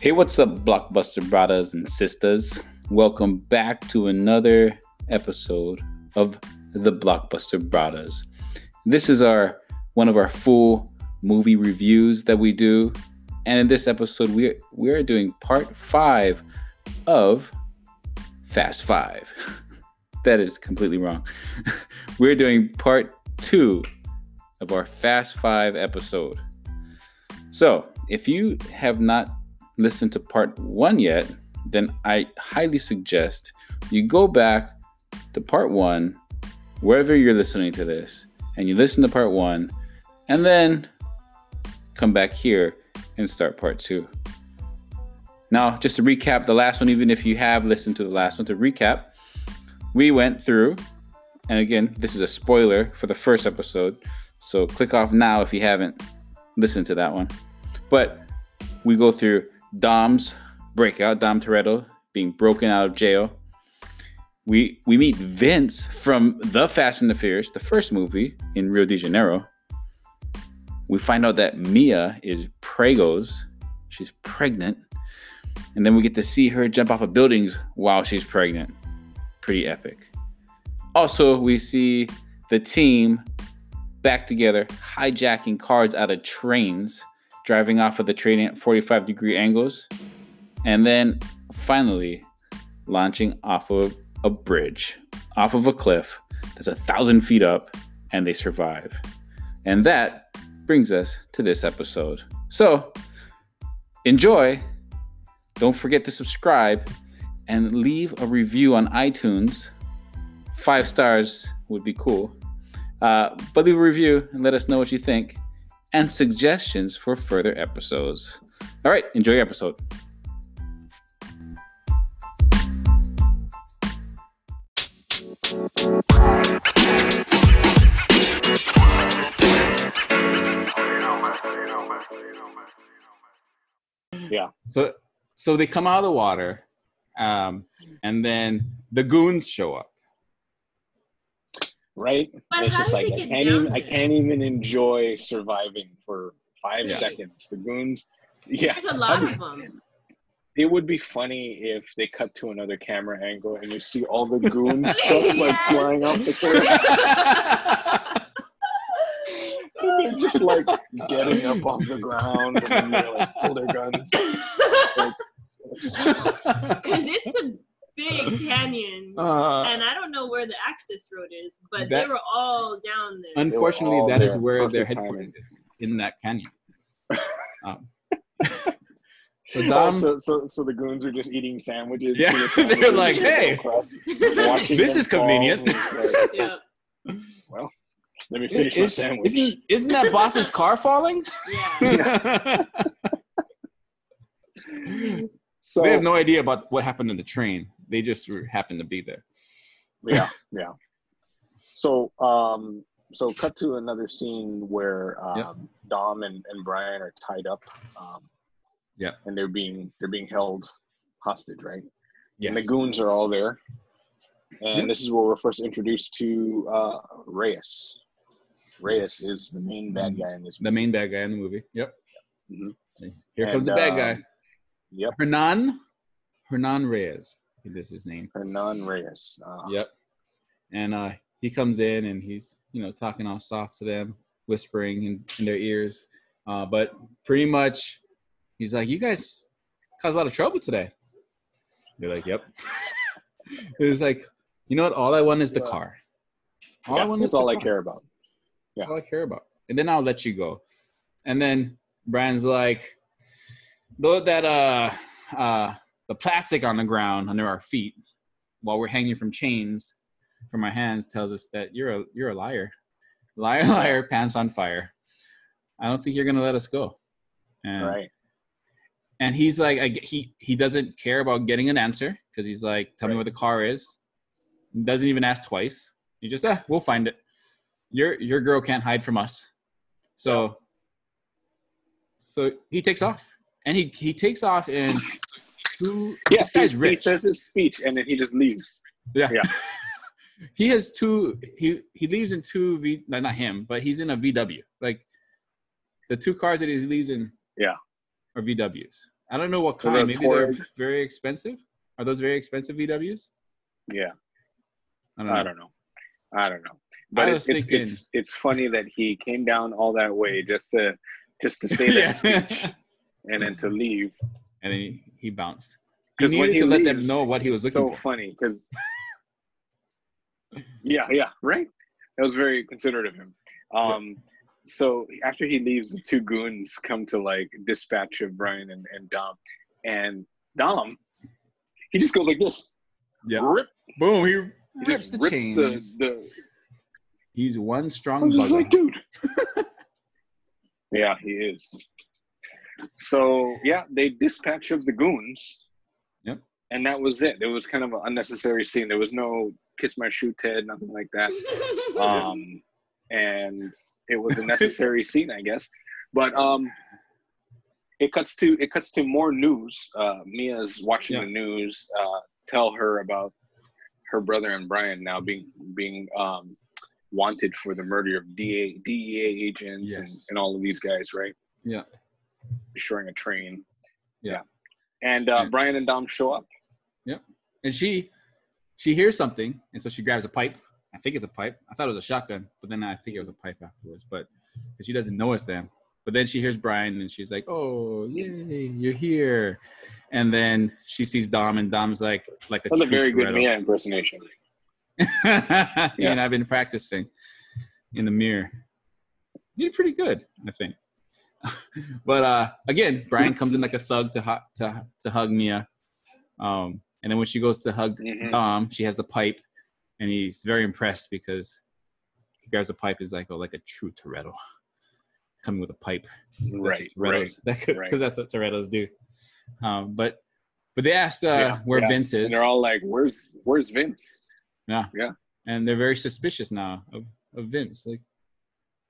Hey, what's up, Blockbuster brothers and sisters? Welcome back to another episode of the Blockbuster Brothers. This is our one of our full movie reviews that we do, and in this episode, we we are doing part five of Fast Five. that is completely wrong. We're doing part two of our Fast Five episode. So, if you have not listened to part one yet, then I highly suggest you go back to part one, wherever you're listening to this, and you listen to part one, and then come back here and start part two. Now, just to recap the last one, even if you have listened to the last one, to recap, we went through, and again, this is a spoiler for the first episode, so click off now if you haven't listened to that one. But we go through Dom's breakout, Dom Toretto being broken out of jail. We we meet Vince from the Fast and the Furious, the first movie in Rio de Janeiro. We find out that Mia is Prego's. She's pregnant. And then we get to see her jump off of buildings while she's pregnant. Pretty epic. Also, we see the team back together, hijacking cars out of trains driving off of the train at 45 degree angles, and then finally launching off of a bridge, off of a cliff that's a thousand feet up, and they survive. And that brings us to this episode. So enjoy. Don't forget to subscribe and leave a review on iTunes. Five stars would be cool. Uh, but leave a review and let us know what you think and suggestions for further episodes. All right, enjoy your episode. Yeah. So so they come out of the water, um, and then the goons show up. right? But and it's how just did like they I get can't down even I there? can't even enjoy surviving for five Yeah. seconds. The goons, yeah. There's a lot I'm- of them. It would be funny if they cut to another camera angle and you see all the goons trucks like Yes. flying off the cliff. And they're just like getting up off the ground and they're like pull their guns. Because it's a big canyon. Uh, And I don't know where the access road is, but they That- were all down there. unfortunately, all that is there. where their Perfect headquarters is in that canyon. Um, so Oh, Dom, so, so so the goons are just eating sandwiches. Yeah, tuna they're sandwiches, like, and go "Hey, across, yeah. watching this them is fall, convenient." and it's like, Let me finish my is- sandwich. isn't, isn't that boss's car falling? yeah. they so have no idea about what happened in the train. They just were- happened to be there. yeah yeah so um so cut to another scene where um Yep. dom and, and brian are tied up um Yep. and they're being they're being held hostage right Yes. and the goons are all there and Yep. this is where we're first introduced to uh reyes reyes Yes. is the main bad guy in this the main bad guy in the movie. Yep. Mhm. Here comes the And, bad um, guy. yep Hernan Hernan Reyes. I think That's his name. hernan reyes uh, Yep. And uh, he comes in and he's, you know, talking all soft to them, whispering in, in their ears. Uh, but pretty much he's like, You guys caused a lot of trouble today. They're like, Yep. it's like, you know what? All I want is the Yeah. car. All yeah, I want is that's the all i car. care about That's all I care about. And then I'll let you go. And then Brian's like, though that uh uh the plastic on the ground under our feet while we're hanging from chains from our hands tells us that you're a you're a liar. Liar, liar, pants on fire. I don't think you're gonna let us go. And right and he's like I, g- he he doesn't care about getting an answer because he's like tell me Right. where the car is doesn't even ask twice he just ah, we'll find it your your girl can't hide from us so so he takes off and he he takes off in two yeah this guy's he, he rich says his speech and then he just leaves yeah, yeah. he has two he he leaves in two v no, not him but he's in a vw like the two cars that he leaves in Yeah. are vws I don't know what Those kind. are Maybe they're Torrid. very expensive. Are those very expensive VWs? Yeah, I I don't know. I don't know. Hmm. I But was it's, it's, thinking- it's it's funny that he came down all that way just to just to say that speech yeah. and then to leave. and then he, he bounced. He 'Cause needed when to he let them leaves, know what he was looking So for. funny because yeah, yeah, right. That was very considerate of him. Um, so after he leaves, the two goons come to like dispatch of Brian and, and Dom, and Dom, he just goes like this. Yeah. Rip, Boom. He he rips just the rips chains. the, the He's one strong I'm just bugger. like, dude. yeah, he is. So yeah, they dispatch of the goons. Yep. And that was it. It was kind of an unnecessary scene. There was no kiss my shoe, Ted, nothing like that. Oh, Um, and it was a necessary scene, I guess. But um, it cuts to it cuts to more news. Uh, Mia's watching Yeah. the news. Uh, tell her about her brother and Brian now being being um, wanted for the murder of DA, DEA E agents and, Yes. and all of these guys, right? Yeah. Destroying a train. Yeah. Yeah. And uh, Yeah. Brian and Dom show up. and she she hears something and so she grabs a pipe i think it's a pipe i thought it was a shotgun but then i think it was a pipe afterwards but 'cause she doesn't know it's them but then she hears brian and she's like oh yay you're here and then she sees dom and dom's like like a That's a true very good Toretto. Mia impersonation. and i've been practicing in the mirror you did pretty good i think but uh again brian comes in like a thug to hu- to, to hug mia um and then when she goes to hug Mhm. um, she has the pipe, and he's very impressed because he grabs the pipe. Is like, oh, like a true Toretto, coming with a pipe. That's Right. what Right. Torettos. Because right. that's what Torettos do. Um, but but they asked uh, Yeah, where yeah. Vince is, And and they're they're, all like, "Where's Where's Vince?" very suspicious now of, of Vince. Like,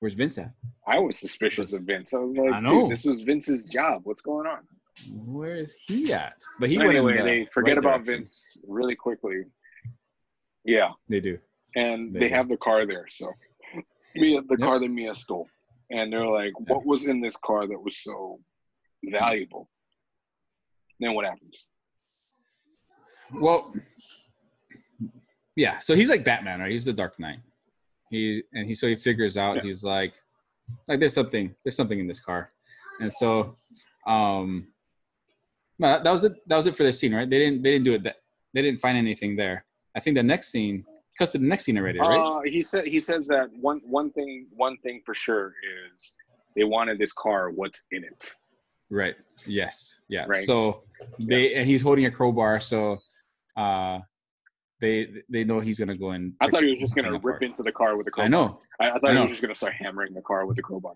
where's Vince at? I was suspicious of Vince. I was like, I know. Dude, this was Vince's job. What's going on? Where is he at? But he So went in anyway, the they forget right about direction. Vince really quickly. Yeah, They do. and They they do. have the car there. So Mia, the Yep. car that Mia stole, and they're like, "What was in this car that was so valuable?" Then what happens? Well, yeah. So he's like Batman, right? He's the Dark Knight. He and he so he figures out Yeah. he's like, like there's something, there's something in this car, and so, um, no, that, that was it. That was it for this scene, right? They didn't, they didn't do it. That they didn't find anything there. I think the next scene, cuts to the next scene already, right? Uh, he said he says that one one thing one thing for sure is they wanted this car. What's in it? Right. Yes. Yeah. Right. So they and he's holding a crowbar, so uh, they they know he's gonna go in. I thought he was just gonna Kind of rip hard. into the car with a car. I know. I, I I thought he know. was just gonna start hammering the car with the crowbar.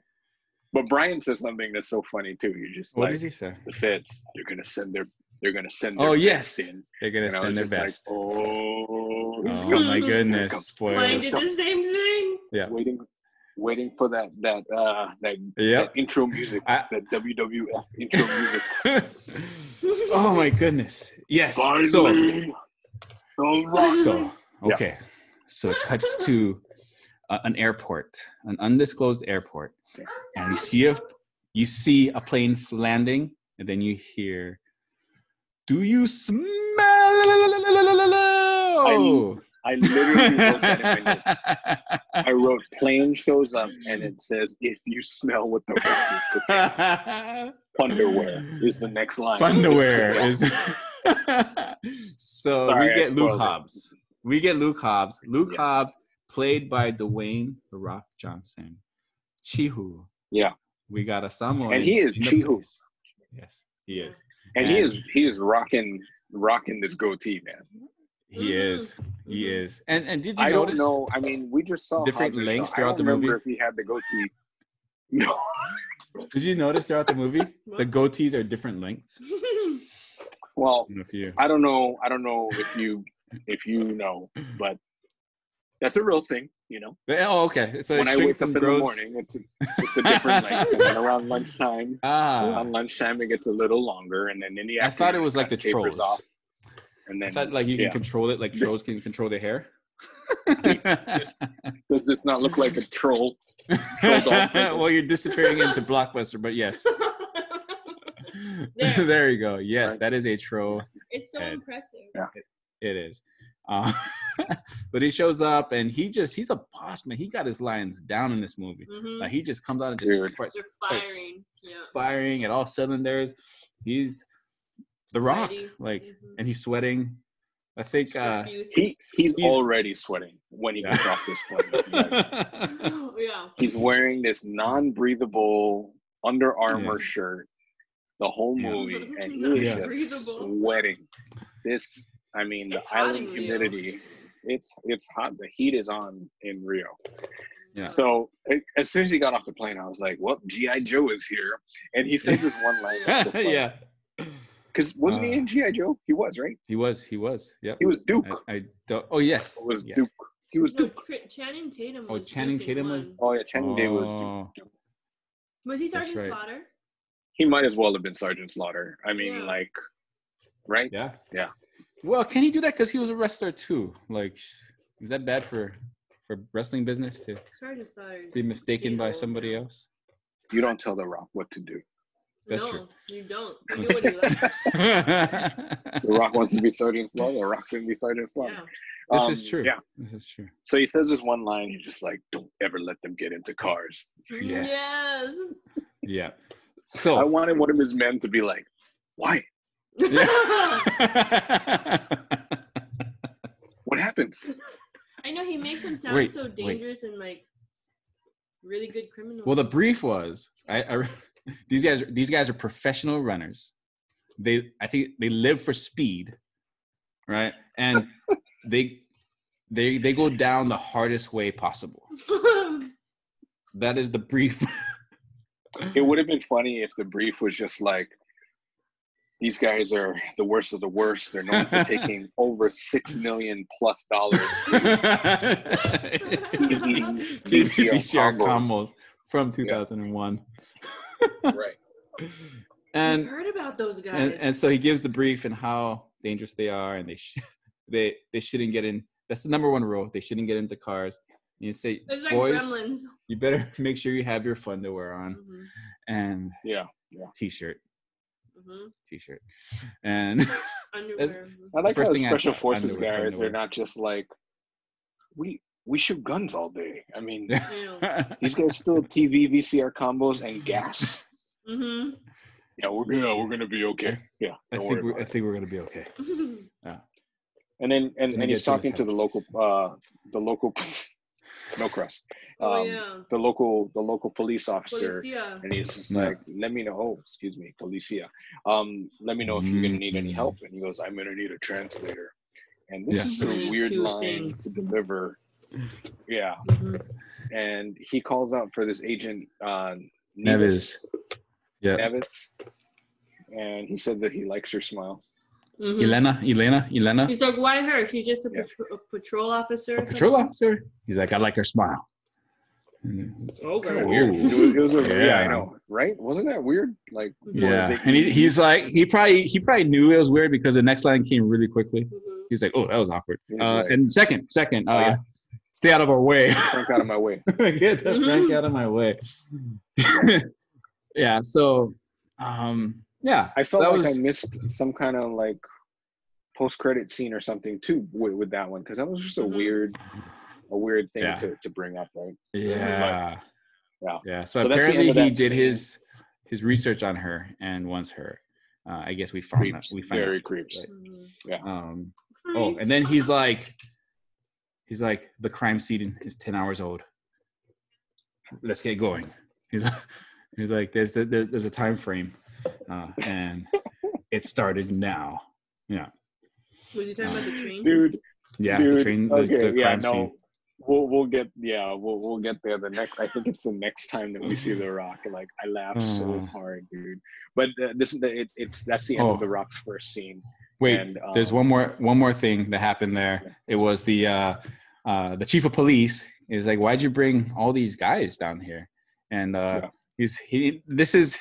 But Brian says something that's so funny too. He's just What like does he say? the feds, they're gonna send their they're gonna send their Oh best yes, in. they're gonna And I send was their just like, best. oh, here it Oh comes, my here it goodness! comes." Flying Spoiler. did the same thing. Yeah. Waiting waiting for that that uh that, Yep. that intro music, I- that WWF intro music. oh my goodness! Yes. So Finally, all right. so Yeah. okay. So it cuts to uh, an airport, an undisclosed airport. And you see a- You see a plane landing, and then you hear, "Do you smell?" I literally wrote that in my notes. I wrote plane shows up and it says if you smell what the fuck is cooking." Underwear is the next line. Funderwear is. so Sorry, we I get Luke spoiled it. Hobbs. We get Luke Hobbs. Luke Yeah. Hobbs, played by Dwayne The Rock Johnson. Chihu. Yeah. We got a Samoan. And he is in the Chihu. place. Yes, he is. and he And- is he is rocking rocking this goatee, man. He is. He Mhm. is. And and did you Mm-hmm. I don't notice? know. I mean, we just saw different Hobbs, lengths so I throughout don't the remember movie? If he had the goatee, no, Did you notice throughout the movie the What? goatees are different lengths? I well, don't know if you. I don't know. I don't know if you if you know, but that's a real thing. You know, Oh, okay. So when it I shrinks wake up and in the grows- morning, it's, it's a different length. And then around lunchtime, Ah, around lunchtime, it gets a little longer, and then in the I afternoon, thought it was like the kinda tapers trolls. off, and I then thought like you yeah. can control it, like This- trolls can control their hair. does this not look like a troll? well, you're disappearing into Blockbuster, but yes. There. there you go. Yes, Right. that is a troll. It's so Ed. impressive. It is. Uh, but he shows up and he just, he's a boss, man. He got his lines down in this movie. hmm Like he just comes out and Dude. just starts, They're starts firing. Yeah. firing at all cylinders. He's the rock. Sweaty. Like, Mhm. and he's sweating. I think, uh, Profuse. He he's, He's- already sweating when he Yeah. gets off this plane. Like, yeah. he's wearing this non-breathable Under Armour Yeah. shirt the whole Yeah. movie, and he Yeah. is just Breathable. sweating. This, I mean, the It's hot island in Rio. humidity. It's it's hot. The heat is on in Rio. Yeah. So a- as soon as he got off the plane, I was like, "Well, GI Joe is here," and he said this one line. yeah, Because wasn't he Uh, in GI Joe? He was right. he was, he was, yep. He was Duke. I, I don't, oh, yes. It was Yeah. Duke. He was No, Duke. Tr- Channing Tatum. Oh, was Channing Duke in Tatum was- one. Oh yeah, Channing Day was. Oh, Duke. Was he That's Sergeant right. Slaughter? He might as well have been Sergeant Slaughter. I mean, Yeah. like, right? yeah. Yeah. Well, can he do that? Because he was a wrestler too. Like, is that bad for for wrestling business to Sergeant Slaughter. be mistaken by somebody else? You don't tell The Rock what to do. That's no, true. you don't. You That's do what you like. The Rock wants to be Sergeant Slaughter. The Rock's gonna be Sergeant Slaughter. Yeah. This Um, is true. Yeah. This is true. So he says this one line. He's just like, "Don't ever let them get into cars." Yes. Yes. Yeah. I So. wanted one of his men to be like, "Why? Yeah. What happens?" I know he makes him sound Wait, so wait. dangerous and like really good criminal. well, the brief was I, I. These guys. These guys are professional runners. They. I think they live for speed, right? And they. They they go down the hardest way possible. That is the brief. It would have been funny if the brief was just like, "These guys are the worst of the worst. They're known for taking over six million plus dollars." E TVCR TVCR combos from 2001. Right. I've And, heard about those guys. and and so he gives the brief and how dangerous they are and they sh- they they shouldn't get in. That's the number one rule. They shouldn't get into cars. And you say, it's like boys, gremlins. you better make sure you have your fun to wear on Mhm, and Yeah. t-shirt, mhm. t-shirt. And Underwear. I like First how the thing I special thought, forces underwear, guys underwear. are not just like, "We we shoot guns all day." I mean, Yeah. these guys still TV VCR combos and gas. Mhm. Yeah, we're gonna we're gonna be okay. Yeah, I don't think worry we're, about I it. think we're gonna be okay. Mm-hmm. And then and, Gonna and he's get you talking to the local sandwiches. uh the local no crust. Um, oh yeah. the local the local police officer Policia. and he's just Yeah. like, Let me know oh, excuse me, policia. Um, let me know if you're gonna need any Mm. help. And he goes, I'm gonna need a translator. And this Yeah. is a Me weird too line thing. to deliver. Yeah. Mhm. And he calls out for this agent uh Nevis. Nevis. Yeah. Nevis. And he said that he likes your smile. Mhm. Elena, Elena, Elena. He's like, why her? She's just a, Yeah. patro- a patrol officer. a patrol officer. Oh, He's like, I like her smile. And- Over. Kinda weird. It was, it was a, yeah. I Yeah. know, right? Wasn't that weird? Like, Yeah. Yeah, and he, he's like, he probably he probably knew it was weird because the next line came really quickly. Mm-hmm. He's like, oh, that was awkward. He's Uh, like- and second, second, Oh, yeah. uh, stay out of our way. Frank out of my way. Get the Frank out of my way. yeah. So, um, yeah, I felt That like was- I missed some kind of like post-credit scene or something too with, with that one because that was just a Mhm. weird, a weird thing Yeah. to, to bring up, right? yeah, Yeah. yeah. So, So that's the end apparently of he that did scene. his his research on her and wants her. Uh, I guess we found that Creeps, we found very out. creeps. Um, Mm-hmm. Oh, and then he's like, he's like, the crime scene is ten hours old. Let's get going. He's like, he's like, there's the, there's, there's a time frame, uh, and it started now. was he talking about the train? Dude, Yeah, the Dude, train, the, okay, the crime yeah, no. scene. we'll we'll get yeah we'll we'll get there the next I think it's the next time that we see The Rock like I laugh so Mm. hard dude but uh, this is the it, it's that's the end Oh. of The Rock's first scene Wait, and, there's um, one more one more thing that happened there. It was the uh, uh, the chief of police is like, "Why'd you bring all these guys down here?" And uh, Yeah. he's he. This is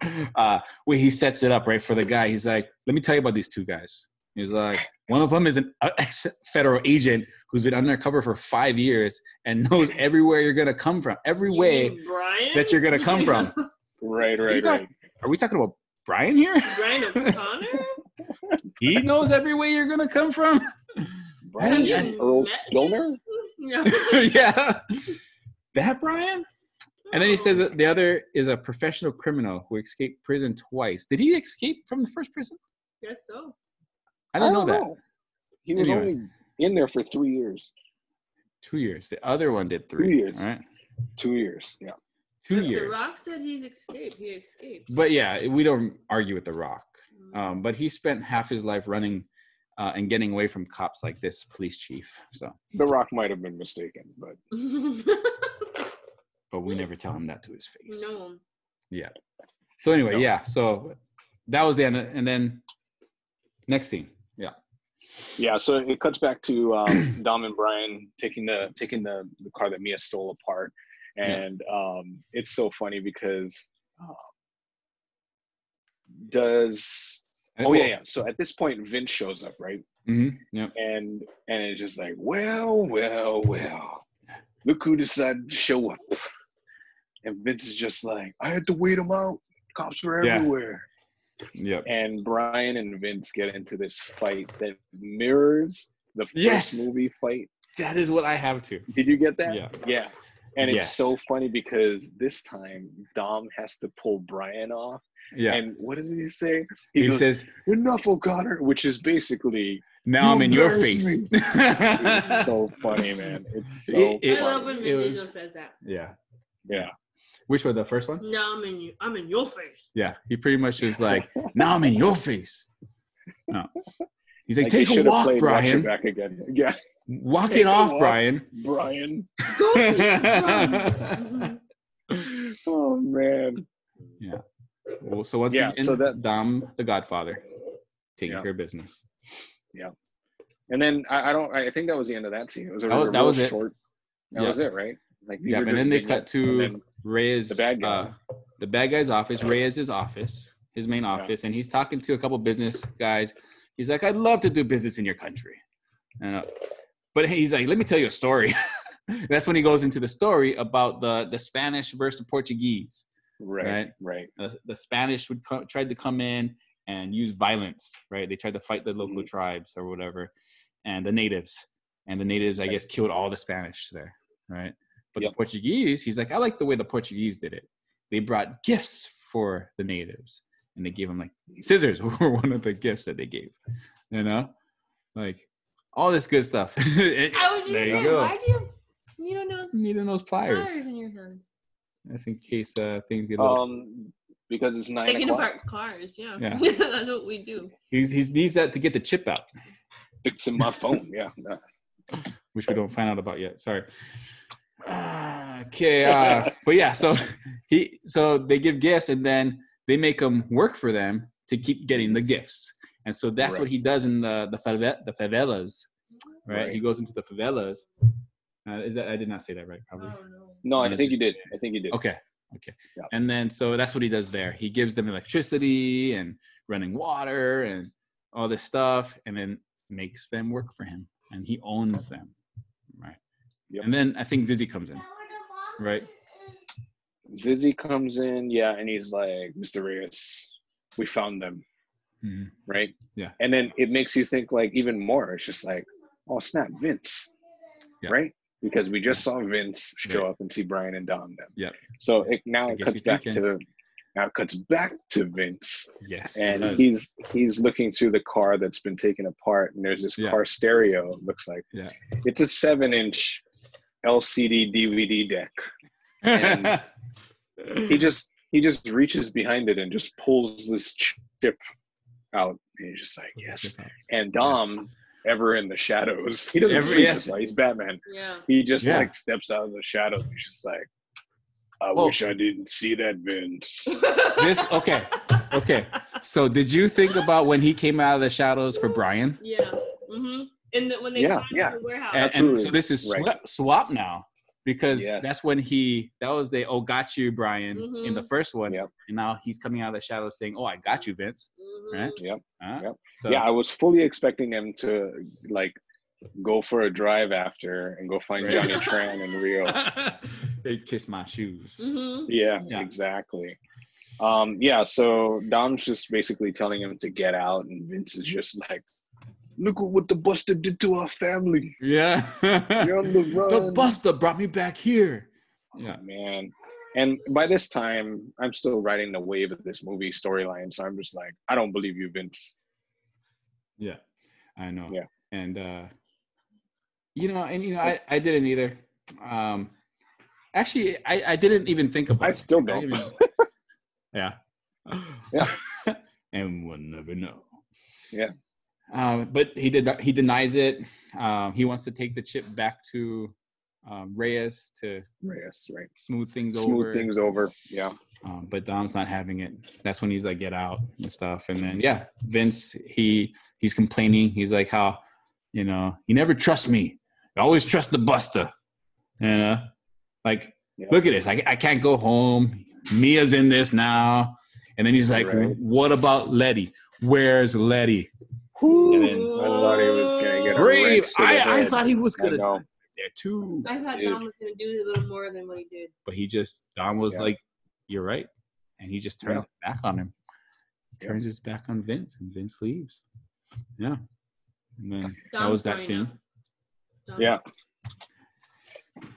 uh, where he sets it up right for the guy. He's like, "Let me tell you about these two guys." He's like, "One of them is an uh, ex federal agent who's been undercover for five years and knows everywhere you're gonna come from, every way Brian? that you're gonna come from." right you right talk- right Are we talking about Brian here? Brian O'Connor? he knows every way you're gonna come from. Brian you and Earl met- Stoner? No. yeah. That Brian? And then he says that the other is a professional criminal who escaped prison twice. Did he escape from the first prison? Guess so. I don't, know, Oh. that. He was Anyway. only in there for three years. Two years. The other one did three. years. All right. Two years. Yeah. Two But The years. Rock said he's escaped. He escaped. Mm. But yeah, we don't argue with The Rock. Um, but he spent half his life running uh, and getting away from cops like this police chief. So, The Rock might have been mistaken, but but we never tell him that to his face. no. So anyway, No. yeah. So that was the end. And then next scene. yeah. So it cuts back to um, Dom and Brian taking the taking the, the car that Mia stole apart, and um, it's so funny because um, does oh yeah yeah. So at this point, Vince shows up right, hmm Yep. and and it's just like well well well, look who decided to show up, and Vince is just like I had to wait him out. Cops were Yeah. everywhere. Yep. and Brian and Vince get into this fight that mirrors the first Yes. movie fight. That is what I have to. Did you get that? Yeah. Yeah. And it's Yes. so funny because this time Dom has to pull Brian off. Yeah. And what does he say? He, he goes, says, Enough, O'Connor, which is basically "Now I'm in your embarrass face." me. it's so funny, man. It's so It- it- I funny. love when it Vin was- Diesel says that. yeah. yeah. Which was the first one? No, I'm in you. I'm in your face. Yeah. He pretty much is like, "Now I'm in your face." No. He's like, Like, "Take a should have walk, played Watch Your Brian. Back again. Yeah. Walk Take it a off, walk." Brian." Brian. Go for it. Oh man. Well, so once Yeah, again, so that- Dom, the Godfather, taking Yeah. care of business. And then I, I don't I think that was the end of that scene. It was a That was- real that was it. short That Yeah. was it, right? Like these Yeah, are but then just they cut vignettes, and to- then- Reyes, The bad guy. uh, the bad guy's office. Reyes' office, his main office, and he's talking to a couple business guys. He's like, "I'd love to do business in your country," and uh, but he's like, "Let me tell you a story." That's when he goes into the story about the the Spanish versus Portuguese. right, right? right, The, the Spanish would co- tried to come in and use violence, right? They tried to fight the local Mm-hmm. Mhm. tribes or whatever, and the natives, and the natives, I guess, killed all the Spanish there, right? But the Yep. Portuguese, he's like, I like the way the Portuguese did it. They brought gifts for the natives, and they gave them like scissors were one of the gifts that they gave, you know, like all this good stuff. I was just There you saying, go. why do you you don't know Needing those pliers, flowers in your hands? that's in case uh, things Oh. get a little Um, because it's nine Taking o'clock. apart cars, yeah. Yeah. That's what we do. He's, he's needs that to get the chip out, Fixing my phone. Yeah. no. which we don't find out about yet. Sorry. Ah, Okay, uh, but yeah, so he so they give gifts and then they make them work for them to keep getting the gifts, and so that's what Right. he does in the the, fave- the favelas, right? He Right. goes into the favelas. Uh, is that I did not say that right? I Probably. don't know. No, No, I think you just- did. I think you did. Okay. Okay. Yeah. And then so that's what he does there. He gives them electricity and running water and all this stuff and then makes them work for him and he owns them. Right. Yep. And then I think Zizzy comes in. Right. Zizzy comes in, yeah, and he's like, Mr. Reyes, we found them, Mhm. right? Yeah. And then it makes you think like even more. It's just like, oh snap, Vince. Yeah. Right? Because we just saw Vince show Right. up and see Brian and Dom them. Yep. So it now So it it gets cuts you back thinking. to now it cuts back to Vince Yes. it and does. he's he's looking through the car that's been taken apart and there's this Yeah. car stereo it looks like Yeah. it's a seven inch lcd dvd deck and he just he just reaches behind it and just pulls this chip out and he's just like yes and dom ever in the shadows he doesn't Every- sleep yes. this night, he's batman Yeah. he just Yeah. like steps out of the shadows he's just like i Well- wish i didn't see that vince This okay. Okay. So did you think about when he came out of the shadows for Brian? Yeah. Mm-hmm. And the, when they Yeah, got yeah. to the warehouse. and, and so Absolutely. this is Right. swap, swap now because Yes. that's when he that was the oh got you Brian in the Mhm. first one Yep. and now he's coming out of the shadows saying oh I got you Vince Mhm. Right? yep Huh? Yep. So, yeah, I was fully expecting him to like go for a drive after and go find Right. Johnny Tran and Rio. they kiss my shoes Mhm. Yeah, Yeah. exactly. Um, yeah, so Dom's just basically telling him to get out, and Vince is just like, "Look at what the Buster did to our family. Yeah. You're on the run." the Buster brought me back here. Yeah. Oh, man. And by this time, I'm still riding the wave of this movie storyline, so I'm just like, I don't believe you, Vince. Yeah, I know. Yeah. and uh, you know, and you know, I, I didn't either. Um, actually, I, I didn't even think about. I it. still I don't. didn't even- yeah. and we'll never know. Yeah. Um, but he did. He denies it. Um, he wants to take the chip back to um, Reyes to Reyes, right? smooth things Smooth over. things over. Yeah. Um, but Dom's not having it. That's when he's like, get out and stuff. And then yeah, Vince, he he's complaining. He's like, how you know, you never trust me. You always trust the Buster. You know, like Yeah. look at this. I I can't go home. Mia's in this now. And then he's like, Right. what about Letty? Where's Letty? And then I thought he was gonna get a Brave. wrench to the I, I head. thought he was I gonna know. there too. I thought Dude. Dom was gonna do a little more than what he did. But he just Don was Yeah. like, "You're right," and he just turns his back on him, Yeah. turns his back on Vince, and Vince leaves. Yeah, and then that Dom's was that fine scene. now. Dom- Yeah.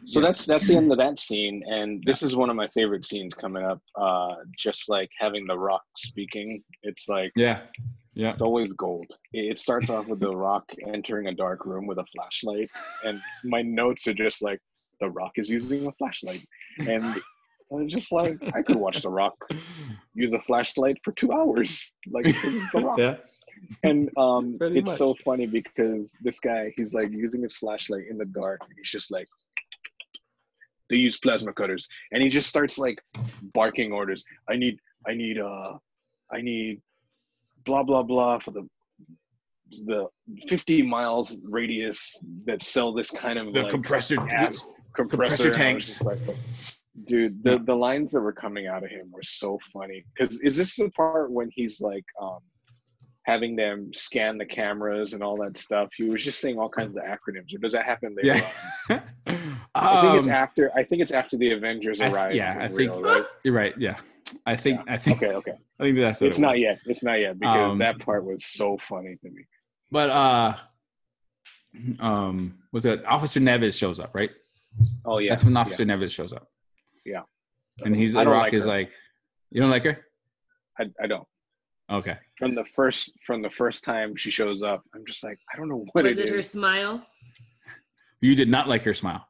So Yeah. that's that's the end of that scene, and this is one of my favorite scenes coming up. Uh, just like having The Rock speaking, it's like Yeah, yeah, it's always gold. It it starts off with The Rock entering a dark room with a flashlight, and my notes are just like The Rock is using a flashlight, and I'm just like I could watch The Rock use a flashlight for two hours. Like this is The Rock yeah, and um, Pretty it's much. so funny because this guy he's like using his flashlight in the dark and he's just like they use plasma cutters and he just starts like barking orders i need i need uh i need blah blah blah for the the 50 miles radius that sell this kind of the like, compressor. gas compressor, compressor and I was just like, dude, the, the lines that were coming out of him were so funny. Because is this the part when he's like um, having them scan the cameras and all that stuff? He was just saying all kinds of acronyms. Or does that happen later? Yeah, on? I think it's Um, after. I think it's after the Avengers I th- arrive. yeah, in I think- Rio, right? you're right. Yeah, I think I think Okay, okay. I think that's what It's it not was. yet. It's not yet because Um, that part was so funny to me. But uh, um, was it Officer Nevis shows up? Right. Oh yeah, that's when yeah. Officer Nevis shows up. Yeah. And he's I the don't Rock like is her. like, you don't like her? I, I don't. Okay. From the first from the first time she shows up, I'm just like, I don't know what was it it her is, smile? You did not like her smile.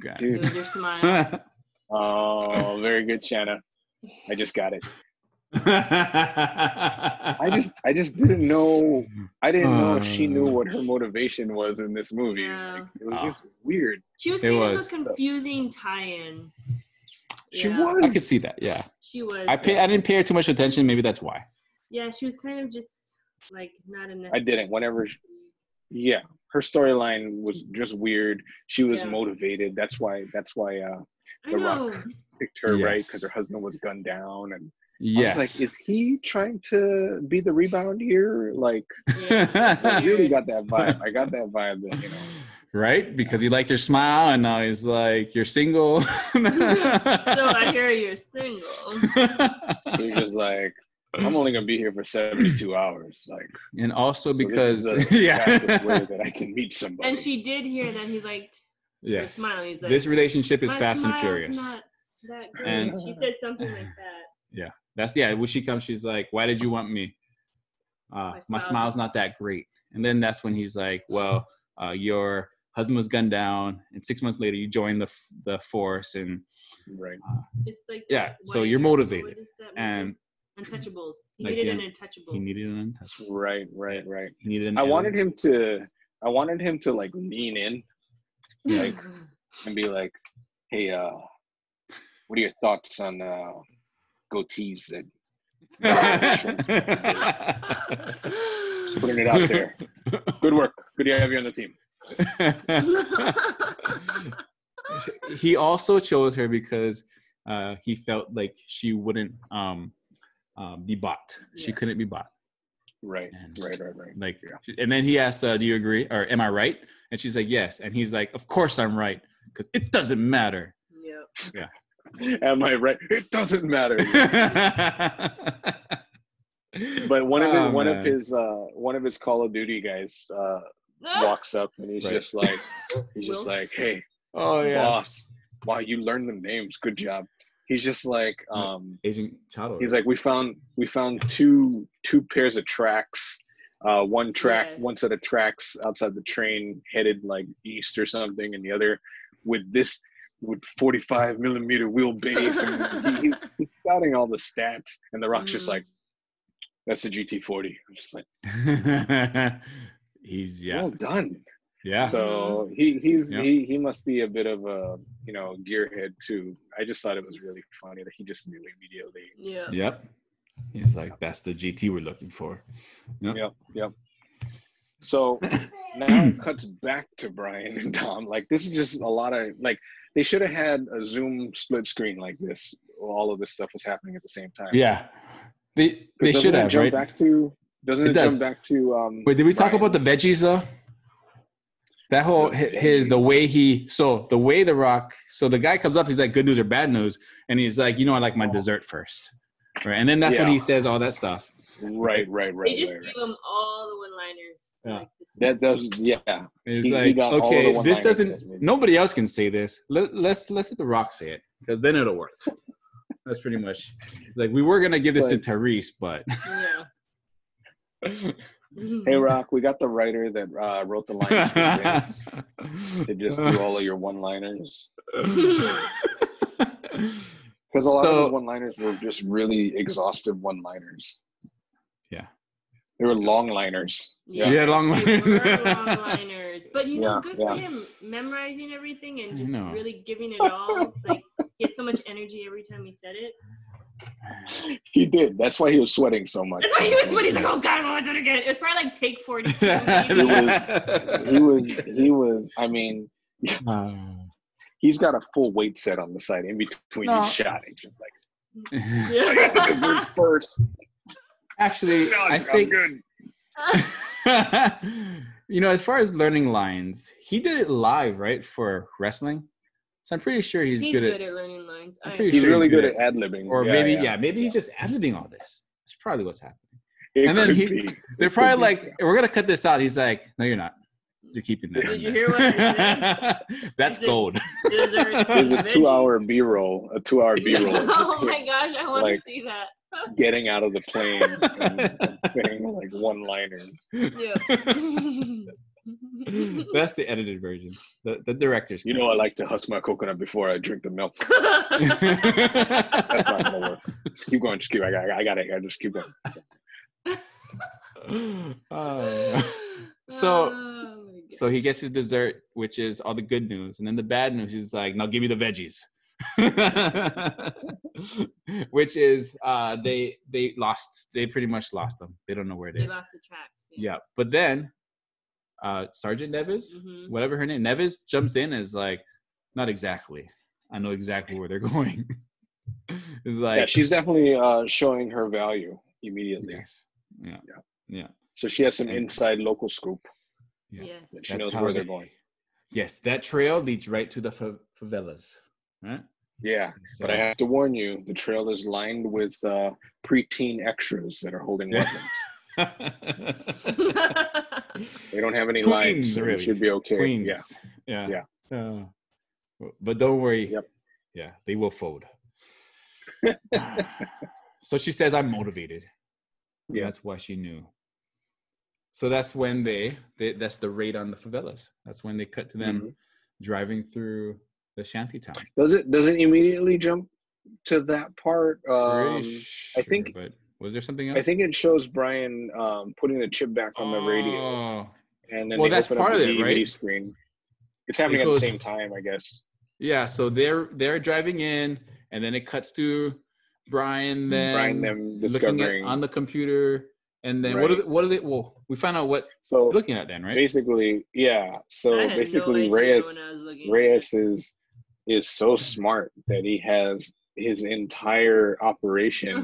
God. It dude. was your smile. Oh, very good, Shanna. I just got it. I I just I just didn't know I didn't know if she knew what her motivation was in this movie. Yeah. Like, it was Uh. Ah. just weird. She was It kind was. of a confusing tie-in. She Yeah, was I could see that. Yeah. She was. I pay. I didn't pay her too much attention. Maybe that's why. Yeah, she was kind of just like not a. I didn't. Whenever yeah. Her storyline was just weird. She was Yeah. motivated. That's why that's why uh I The know. picked her right Yes. because her husband was gunned down and Yes. I was like, is he trying to be the rebound here? Like Yeah, I That's really got weird. that vibe. I got that vibe that you know right? Because he liked her smile, and now he's like, "You're single." so So I hear you're single. he was just like I'm only gonna be here for seventy two hours. Like and also So because, this is a passive way yeah, that I can meet somebody. And she did hear that he liked her yes. smile. He's like, This relationship is "My fast and smile's furious. Not that great. And- she said something like that. That's yeah. When she comes, she's like, "Why did you want me? Uh, My my smile's smile's not that great." And then that's when he's like, "Well, uh, your husband was gunned down, and six months later, you joined the f- the force, and right. It's like Yeah, that so white- you're motivated. what is that movie? and Untouchables. He like, needed yeah, an untouchable. he needed an untouchable. Right, right, right. He needed an. I wanted him to I wanted him to like lean in like- and be like, Hey, uh what are your thoughts on uh goatees and just putting it out there. Good work. Good to have you on the team. he also chose her because uh, he felt like she wouldn't um, um, be bought. She Yeah. couldn't be bought. Right, And- right, right, right. Like, Yeah. she- and then he asks, uh, "Do you agree?" or "Am I right?" And she's like, "Yes." And he's like, "Of course I'm right, because it doesn't matter." yep. Am I right? It doesn't Oh, matter. But one of his, Oh, one of man. his uh, one of his Call of Duty guys uh, walks up and he's Right. just like he's just Will. like, hey, Oh yeah. boss, wow, you learned the names. Good job. He's just like um, Agent Chado. he's like we found we found two two pairs of tracks uh one track Yes. one set of tracks outside the train headed like east or something and the other with this with 45 millimeter wheelbase and he- he's, he's scouting all the stats and the rock's just Mhm. like that's a gt40 i'm just like he's yeah. well done yeah. so he he's Yeah. he, he must be a bit of a you know gearhead too i just thought it was really funny that he just knew immediately yeah. Yep. He's like, that's the GT we're looking for. Yep. Yep, yep. So now it cuts back to Brian and Tom. Like this is just a lot of like they should have had a Zoom split screen like this. while All of this stuff was happening at the same time. Yeah. They they 'Cause doesn't should it have, jump right? back to doesn't It it, does. jump back to um Wait, did we talk Brian. about the veggies though? That whole hi- his the way he so the way the rock so the guy comes up he's like good news or bad news and he's like you know I like my dessert first right and then that's when Yeah. he says all that stuff right, right, right, They just right, give right. him all the one-liners. Yeah. Like, this is- That does yeah. And it's He- he like got all of the okay one-liners this that he doesn't made. nobody else can say this Let, let's let's let the rock say it because then it'll work that's pretty much it's like we were gonna give It's this to Therese but yeah. Hey Rock, we got the writer that uh, wrote the lines. for Vince. They just do all of your one-liners because a lot So- of his one-liners were just really exhaustive one-liners. Yeah. they were long-liners. yeah, long They one. were long-liners. But you know, Yeah, good for yeah. him memorizing everything I and just know. really giving it all. Like, he had so much energy every time he said it. He did. That's why he was sweating so much. That's why he was sweating. He's like, oh god, what was it again? It was probably like take forty. He was. He was. I mean, he's got a full weight set on the side in between No. each shot. He's just like, I got the dessert Yeah. first. Actually, No, I I'm think good. you know, as far as learning lines, he did it live, right, for wrestling. So I'm pretty sure he's, He's good, good, at, at, learning lines. I'm I- pretty He's sure really he's good good at ad libbing. or maybe yeah, maybe he's just ad-libbing all this. That's probably what's happening. It and then could he- be. They're It could probably be. like, we're gonna cut this out. He's like, no, you're not. You're keeping that. Did in you there." hear what I That's Is it- gold. Dessert There's a veggies. two-hour B-roll, a two-hour Yeah. B-roll. of Oh just my him gosh, I want Like- to see that. Getting out of the plane and, and saying like one-liners. Yeah. That's the edited version. The, the director's. You know, I like to husk my coconut before I drink the milk. That's not gonna work. Keep going. Just keep. I got. I got it. I just keep going. Oh. So- Oh my God. So he gets his dessert, which is all the good news, and then the bad news is like, "Now give me the veggies," which is uh, they they lost. They pretty much lost them. They don't know where it they is. lost the tracks. Yeah, but then uh, Sergeant Nevis, Mhm. whatever her name, Nevis jumps in and is like, "Not exactly. I know exactly where they're going." it's like, yeah, she's definitely uh, showing her value immediately. yes, yeah, So she has some And- inside local scoop yeah. Yes. that she That's knows how where they- they're going. yes. That trail leads right to the fa- favelas, right? Yeah. But I So- have to warn you, the trail is lined with uh, preteen extras that are holding Yeah. weapons. They don't have any Tweens, lines. So really. It should be okay. Queens. Yeah. Yeah. Yeah. Uh, but don't worry. Yep. Yeah, they will fold. so she says, "I'm motivated." Yeah. Yeah. That's why she knew. So that's when they, they that's the raid on the favelas. That's when they cut to them Mhm. driving through the shanty town. Does it does it immediately jump to that part? Um, Pretty I think- sure, But was there something else? I think it shows Brian um, putting the chip back on the radio, Oh, and then Well, they that's open up part of the it, DVD right? screen. It's happening at goes- the same time, I guess. Yeah. So they're they're driving in, and then it cuts to Brian. Then Hmm, Brian them looking at discovering. on the computer and then what are Right. the, what are they well we find out what so they're looking at then right basically, yeah. I So had no basically, idea Reyes. when I was looking. Reyes is is so smart that he has his entire operation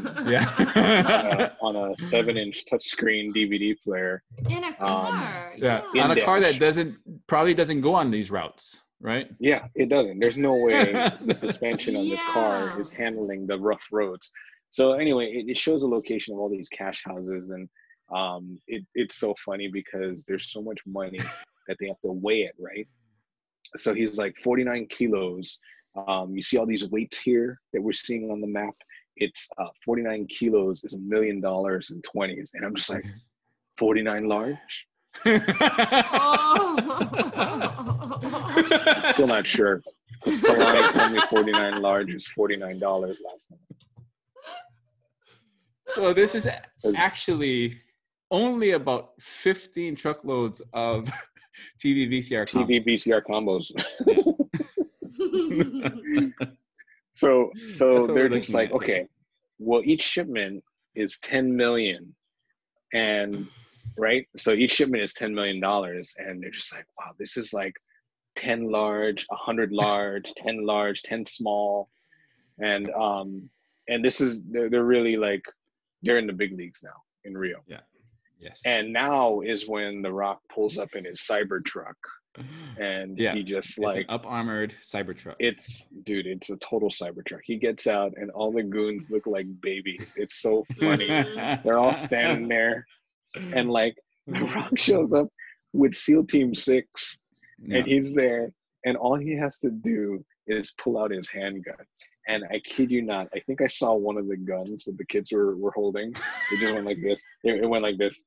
yeah uh, on a seven inch touchscreen DVD player. In a car. yeah yeah. on a car that Index. doesn't probably doesn't go on these routes right? Yeah, it doesn't. There's no way the suspension on this car Yeah. is handling the rough roads. So anyway, it, it shows the location of all these cash houses, and um, it, it's so funny because there's so much money that they have to weigh it, right? So he's like 49 kilos. Um, you see all these weights here that we're seeing on the map. It's uh, 49 kilos is a million dollars in 20s, and I'm just like 49 large. Oh. Still not sure. Kalani told me 49 large is $49 last night. so this is actually only about 15 truckloads of TV VCR. TV VCR combos. So so That's what they're we're just looking like, at. okay, well each shipment is 10 million and right? So each shipment is 10 million dollars and they're just like, wow, this is like 10 large, 100 large, 10 large, 10 small. And um and this is they're, they're really like they're in the big leagues now in Rio. Yes. And now is when The Rock pulls up in his cyber truck and Yeah. he just it's like an up armored Cybertruck. it's dude, it's a total cyber truck. He gets out and all the goons look like babies. It's so funny. They're all standing there and like The Rock shows up with SEAL Team Six Yeah. and he's there and all he has to do is pull out his handgun. And I kid you not, I think I saw one of the guns that the kids were, were holding. It just went like this. It, it went like this.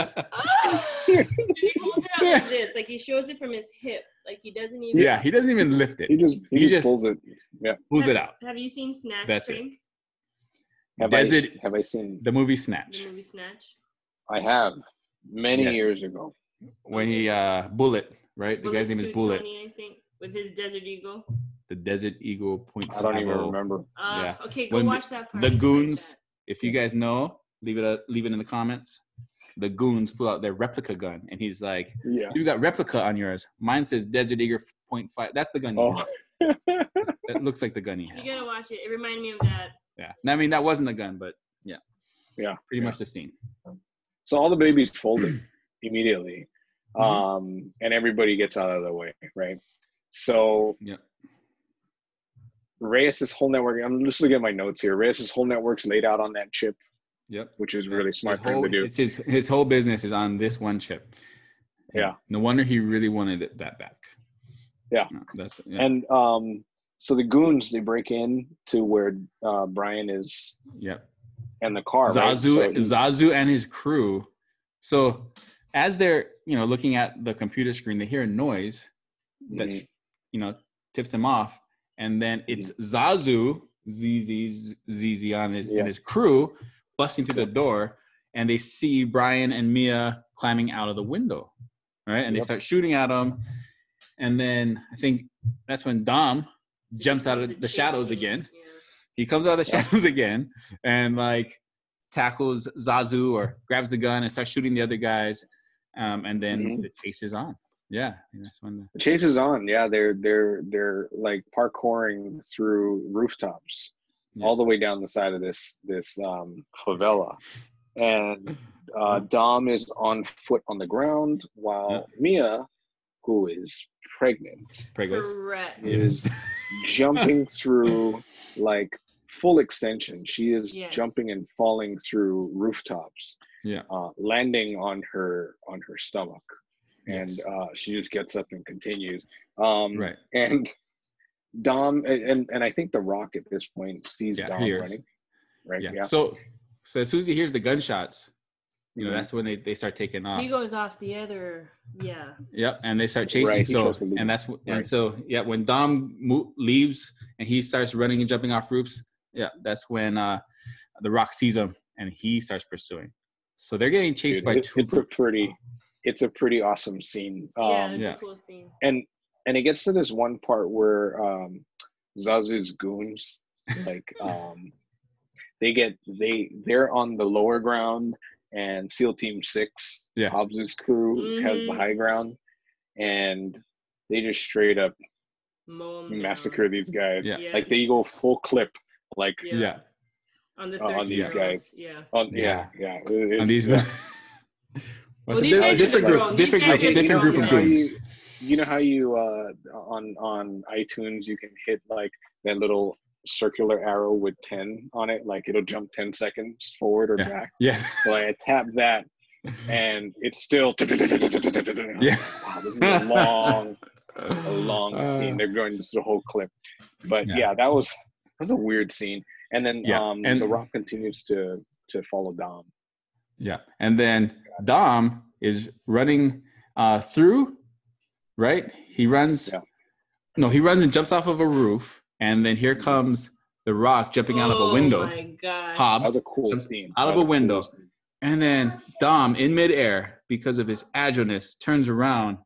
Did he hold it out like this? Like he shows it from his hip. Like he doesn't even. yeah, he doesn't even lift it. He just he, He just, just- pulls it. Pulls it out. Have you seen Snatch? That's it. Frank? Have I, Does it- have I seen The movie The Snatch. movie Snatch. I have many Yes. years ago. When he uh Bullet, right? The guy's name is Bullet. 220, I think, with his Desert Eagle. The Desert Eagle Point. oh. I don't even 50. remember. Uh, Yeah. Okay, go When watch that part. the I like goons- that. If you guys know, leave it uh, leave it in the comments. The goons pull out their replica gun, and he's like, Yeah. "You got replica on yours. Mine says Desert Eagle Point Five. That's the gun. he Oh. had. That looks like the gun he had. You gotta watch it. It reminded me of that. Yeah. I mean, that wasn't the gun, but yeah. Yeah, Pretty yeah. much the scene. So all the babies folded immediately, Mm-hmm. um, and everybody gets out of the way, right? So Yeah. Reyes's whole network. I'm just looking at my notes here. Reyes's whole network's laid out on that chip, Yep. which is really smart his for him whole, to do. It's his his whole business is on this one chip. Yeah. No wonder he really wanted it that back. Yeah. No, that's yeah. And um, so the goons they break in to where uh, Brian is yep. and the car. right? Zazu So he- Zazu and his crew. So as they're you know looking at the computer screen, they hear a noise that Mhm. you know tips them off, and then it's Zazu ZZ ZZ on his Mm-hmm. Yeah. and his crew busting through the door, and they see Brian and Mia climbing out of the window, right? And they Yep. start shooting at them, and then I think that's when Dom jumps out of the shadows again he comes out of the shadows again and like tackles Zazu or grabs the gun and starts shooting the other guys. Um, and then Mhm. the chase is on. Yeah, and that's when the chase is on. Yeah, they're they're they're like parkouring through rooftops Yeah. all the way down the side of this this um, favela, and the uh, Dom is on foot on the ground while Mia, who is pregnant, Pregos. Correct. is jumping through like full extension. She is Yes. jumping and falling through rooftops, Yeah. uh, landing on her on her stomach, and Yes. uh, she just gets up and continues. Um, right. And Dom and- and and I think The Rock at this point sees Yeah, Dom he is. running, right? Yeah. So so as soon as he hears the gunshots, you know, Mhm. that's when they, they start taking off. He goes off the other. Yeah. Yep, and they start chasing. Right, he so tries to leave. and that's wh- Right. and so yeah, when Dom mo- leaves and he starts running and jumping off roofs, yeah, that's when uh, the Rock sees him and he starts pursuing. So they're getting chased Dude, by it- two. It's a pretty, it's a pretty awesome scene. yeah. Um, It's Oh, yeah. a cool scene. and and it gets to this one part where um, Zazu's goons like um, they get they they're on the lower ground and SEAL Team Six, Yeah. Hobbs's crew has the Mhm. high ground, and they just straight up Mow 'em down. massacre these guys. Yeah. Like they go full clip, like Yeah. yeah, On the uh, on 13 these year olds. guys. Yeah. on yeah yeah. it- and it's- these. Well, Well, it's a these di- guys a are different strong. group, These different guys group, are different strong. group of Yeah, you- games. You know how you uh, on on iTunes you can hit like that little circular arrow with ten on it, like it'll jump ten seconds forward or back. Yeah, Mm. So I tap that, and it's still. yeah. Wow, this is a long, a a long scene. They're going just the whole clip, but Uh. Yeah. yeah, that was that was a weird scene. And then Yeah, um, and- the Rock continues to to follow Dom. Yeah, and then Dom is running uh, through, right? He runs. Yeah. No, he runs and jumps off of a roof, and then here comes the Rock jumping out of a Oh window, my gosh. That was Hobbs, a cool Jumps scene. out of That a was cool window. scene. and then Dom in midair because of his agileness turns around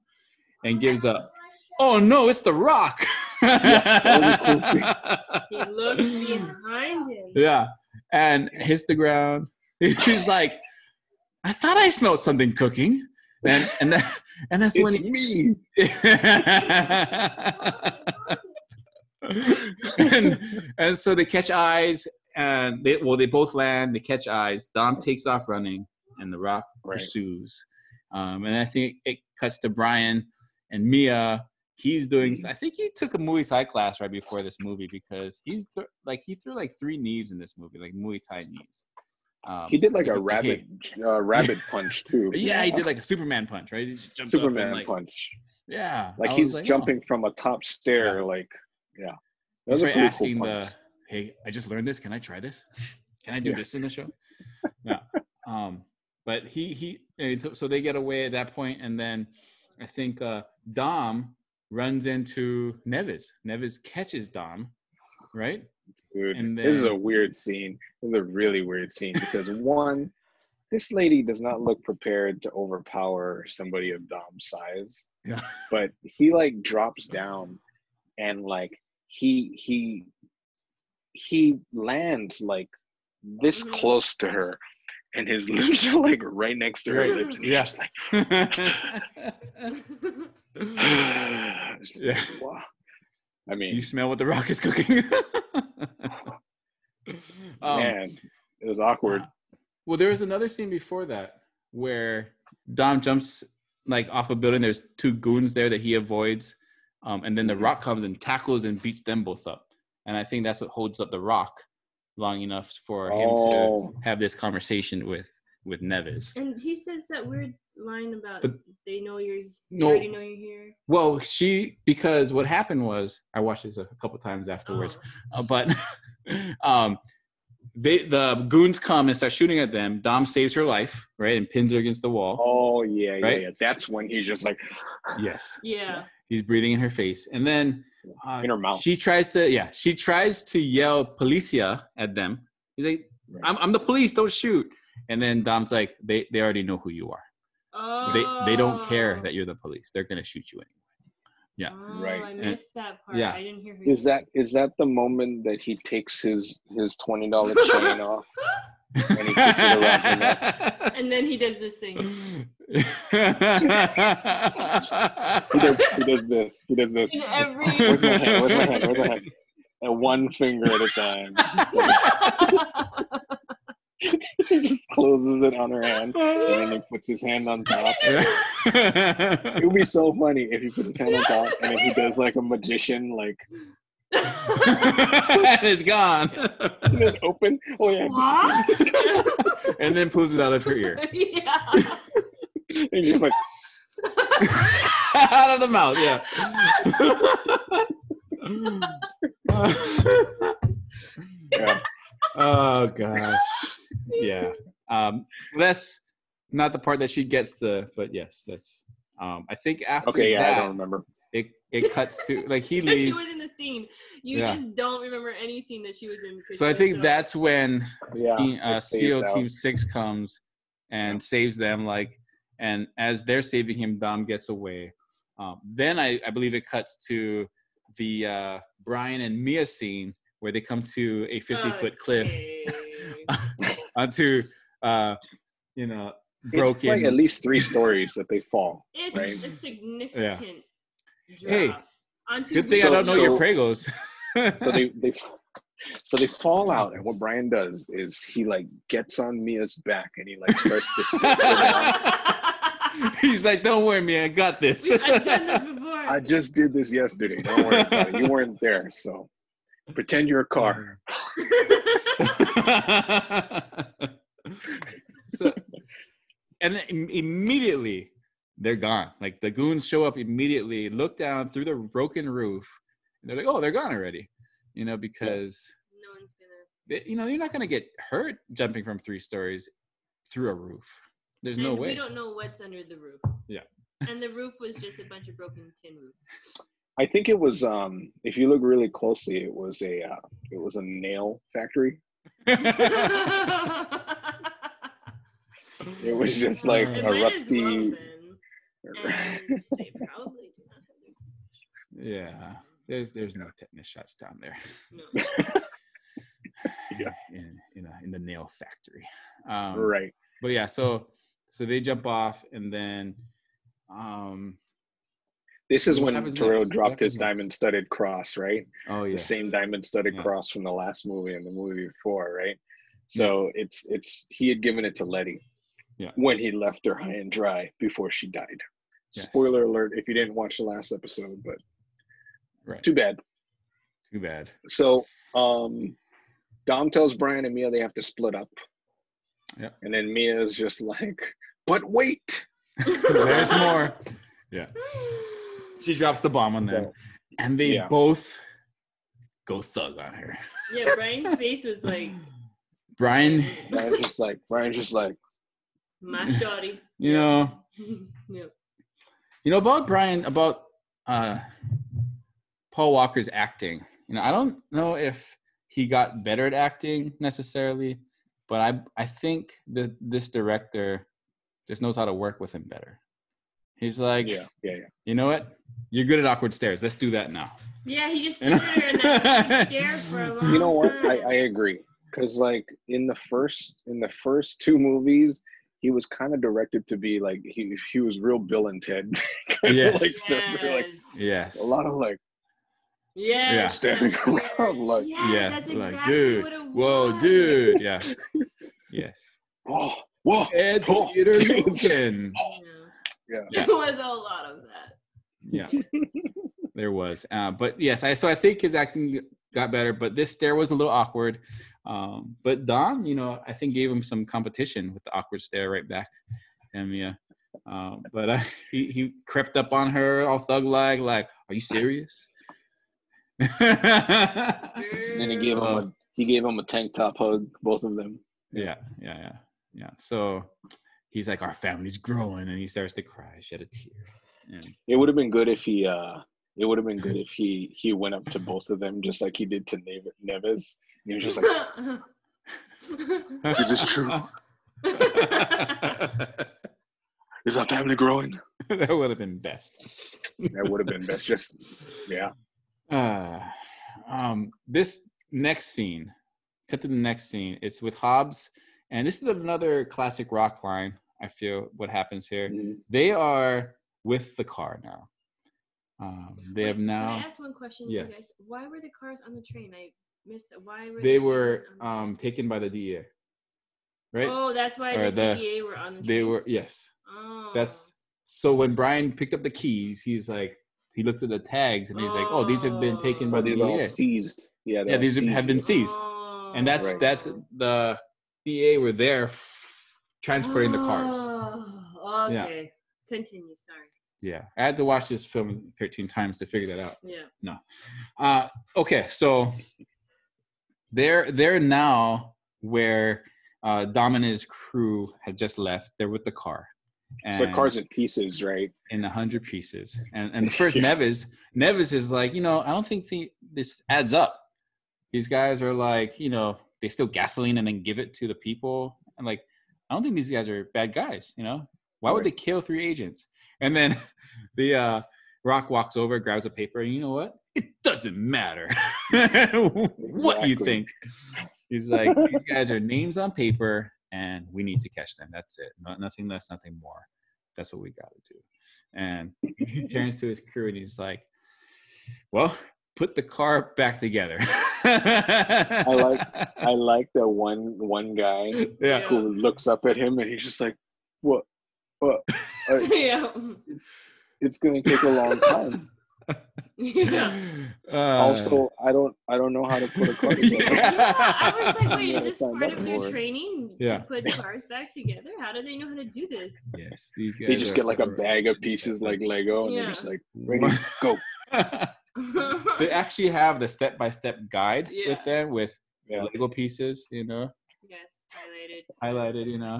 and gives a, "Oh no, it's the Rock!" that He looked behind him. Yeah. And hits the ground. He's like, I thought I smelled something cooking. And and that, and that's when It's me. and, and so they catch eyes and they well they both land, they catch eyes. Dom takes off running and the rock Right. pursues. Um, and I think it cuts to Brian and Mia. He's doing. Mm-hmm. I think he took a Muay Thai class right before this movie because he's th- like he threw like three knees in this movie, like Muay Thai knees. Um, He did like a because, rabbit uh, rabbit punch too. hey- yeah, he did like a Superman punch, right? He just jumped up and, Superman like- punch. Yeah, Like I was he's oh. jumping from a top stair. Yeah. Like yeah, that He's was a probably pretty asking cool punch. the, hey, I just learned this. Can I try this? Can I do Yeah. this in the show? yeah. Um, but he he and so- so they get away at that point, and then I think uh, Dom runs into Nevis. Nevis catches Dom, right? Dude, and this is then- a weird scene. This is a really weird scene because one, this lady does not look prepared to overpower somebody of Dom's size. Yeah. But he like drops down, and like he he he lands like this Mm-hmm. Mhm. close to her, and his lips are like right next to her Right. lips, and he's Yeah. just like. It's just Yeah. like, wow. I mean, you smell what the rock is cooking. Um, man, it was awkward. Well, there was another scene before that where Dom jumps like off a building. There's two goons there that he avoids, um, and then the Mhm. Rock comes and tackles and beats them both up. And I think that's what holds up the Rock long enough for him Oh, to have this conversation with with Nevis. And he says that weird line about But- they know you're. No. They already know you're here. Well, she because what happened was I watched this a couple times afterwards, Uh-huh. Oh. uh, but um, they the goons come and start shooting at them. Dom saves her life, right, and pins her against the wall. oh yeah, yeah, Right? yeah. That's when he's just like Yes. Yeah. he's breathing in her face and then uh, in her mouth. she tries to yeah she tries to yell policia at them he's like Right. I'm, I'm the police don't shoot and then dom's like they, they already know who you are Oh. they they don't care that you're the police they're gonna shoot you anyway yeah. Oh, Right. I And- missed that part. yeah. I didn't hear. Who is that is that the moment that he takes his his twenty dollar chain off? And he kicks it around her neck. And then he does this thing. He does, he does this. He does this. In every. Where's my hand? Where's my hand? Where's my hand? And one finger at a time. he just closes it on her hand, and then he puts his hand on top. It would be so funny if he put his hand on top, and if he does like a magician, like and it's gone. and then open. Oh yeah, What? and then pulls it out of her ear. yeah. and just like out of the mouth, yeah. yeah. oh gosh. Yeah. Um that's not the part that she gets the but yes, that's um I think after okay, yeah, I that don't remember. it it cuts to like he That she leaves. was in the scene. You Yeah. just don't remember any scene that she was in. because So I she was think that's when Yeah, Team- uh, it SEAL phased out. Team Six comes and saves them. Like, and as they're saving him, Dom gets away. Um, then I, I believe it cuts to the uh, Brian and Mia scene where they come to a 50 foot Oh, cliff Okay. onto, uh, you know, It's like at broken. least three stories that they fall. It's Right. a significant. drop Hey, onto Good thing I So- don't know your so- pregos. So they they so they fall out, and what Brian does is he like gets on Mia's back and he like starts to sit her down, He's like, "Don't worry, man, I got this." I've done this before. I just did this yesterday. Don't worry about it. You weren't there, so pretend you're a car. Mm-hmm. so, and then im- immediately they're gone. Like the goons show up immediately, look down through the broken roof, and they're like, "Oh, they're gone already," you know, because no one's gonna. they- you know you're not gonna get hurt jumping from three stories through a roof. There's no and Mm, We way. don't know what's under the roof. Yeah. and the roof was just a bunch of broken tin roofs. I think it was. Um, if you look really closely, it was a uh, it was a nail factory. It was just like It a might as well rusty. then, and they probably do not have their yeah, there's there's no tetanus shots down there. No. Yeah. in in, a, in the nail factory. Um, right. But yeah, so so they jump off and then um This is What when happens Toro next? What dropped happens his next? diamond-studded cross, right? oh yeah. the same diamond studded Yeah. cross from the last movie and the movie before, right? So it's it's he had given it to Letty Yeah. when he left her high and dry before she died. Yes. Spoiler alert if you didn't watch the last episode, but Right. Too, too bad. bad. So um Dom tells Brian and Mia they have to split up. Yeah. And then Mia's just like, but wait. There's more. She drops the bomb on them So, and they Yeah. both go thug on her. yeah, Brian's face was like Brian, Brian's just like Brian's just like, my shorty. you know, Yep. you know about Brian about uh Paul Walker's acting. You know, I don't know if he got better at acting necessarily, but I I think that this director just knows how to work with him better. He's like, Yeah, yeah, yeah. you know what? You're good at awkward stares. Let's do that now. Yeah, he just You stood know? there and that stare for a long you know what time. i, I agree because like in the first in the first two movies he was kind of directed to be like he he was real bill and ted kinda, Yes. like, stuff, where, like Yes. Yes. a lot of like Yeah. standing around, like- yes, yeah. that's like, exactly dude. what it Whoa, was. dude. Yeah. yes. oh whoa Ed Oh, Theater it's just- Logan. Yeah. It was a lot of that. Yeah. there was. Uh, but yes, I so I think his acting got better, but this stare was a little awkward. Um, but Don, you know, I think gave him some competition with the awkward stare right back. And yeah. Um, but uh, he, he crept up on her all thug like, like, are you serious? and then he gave him a he gave him a tank top hug both of them Yeah, yeah, yeah, yeah. So he's like, our family's growing, and he starts to cry, shed a tear. And it would have been good if he uh it would have been good if he he went up to both of them just like he did to Neve- neves and he was just like Is this true? that is our family growing would have been best. that would have been best just yeah Uh, um, this next scene, cut to the next scene. It's with Hobbs, and this is another classic rock line. I feel what happens here. They are with the car now. Um, they have Wait, now. Can I ask one question? you Yes. guys? Why were the cars on the train? I missed. it. Why were they on were the train? um, taken by the DEA, right? Oh, that's why or the, the- DEA were on the train. they were yes. Oh. That's so when Brian picked up the keys, he's like he looks at the tags and he's like, oh, these have been taken by Well, the these are all DEA, seized. Yeah, they're Yeah, all these have been seized. seized. Oh. and that's Right. that's the DEA were there f- transporting the cars. Oh, Yeah. okay. Continue. Sorry. Yeah, I had to watch this film 13 times to figure that out. Yeah. Uh, okay, so they're they're now where uh, Dom and his crew had just left. They're with the car. So the car's in pieces, right? in a hundred pieces. And and the first Nevis, Nevis is like, you know, I don't think the, this adds up. These guys are like, you know, they steal gasoline and then give it to the people. And like, I don't think these guys are bad guys, you know? Why would they kill three agents? And then the uh Rock walks over, grabs a paper, and you know what? It doesn't matter what Exactly. you think. He's like, these guys are names on paper, and we need to catch them. That's it. No, nothing less, nothing more. That's what we got to do. And he turns to his crew and he's like, well, put the car back together. I like- I like that one one guy Yeah. who looks up at him and he's just like, "What? What? yeah. It's going to take a long time. yeah. Uh, also, I don't I don't know how to put a car together. Yeah. I was like, wait, is this Signed part up of their for it. training Yeah. to put cars back together? How do they know how to do this? yes, these guys. You just are get like a for- bag of pieces like Lego, and Yeah. you're just like, ready, go. they actually have the step-by-step guide Yeah. with them with Yeah. Lego pieces, you know, yes, highlighted. highlighted, you know,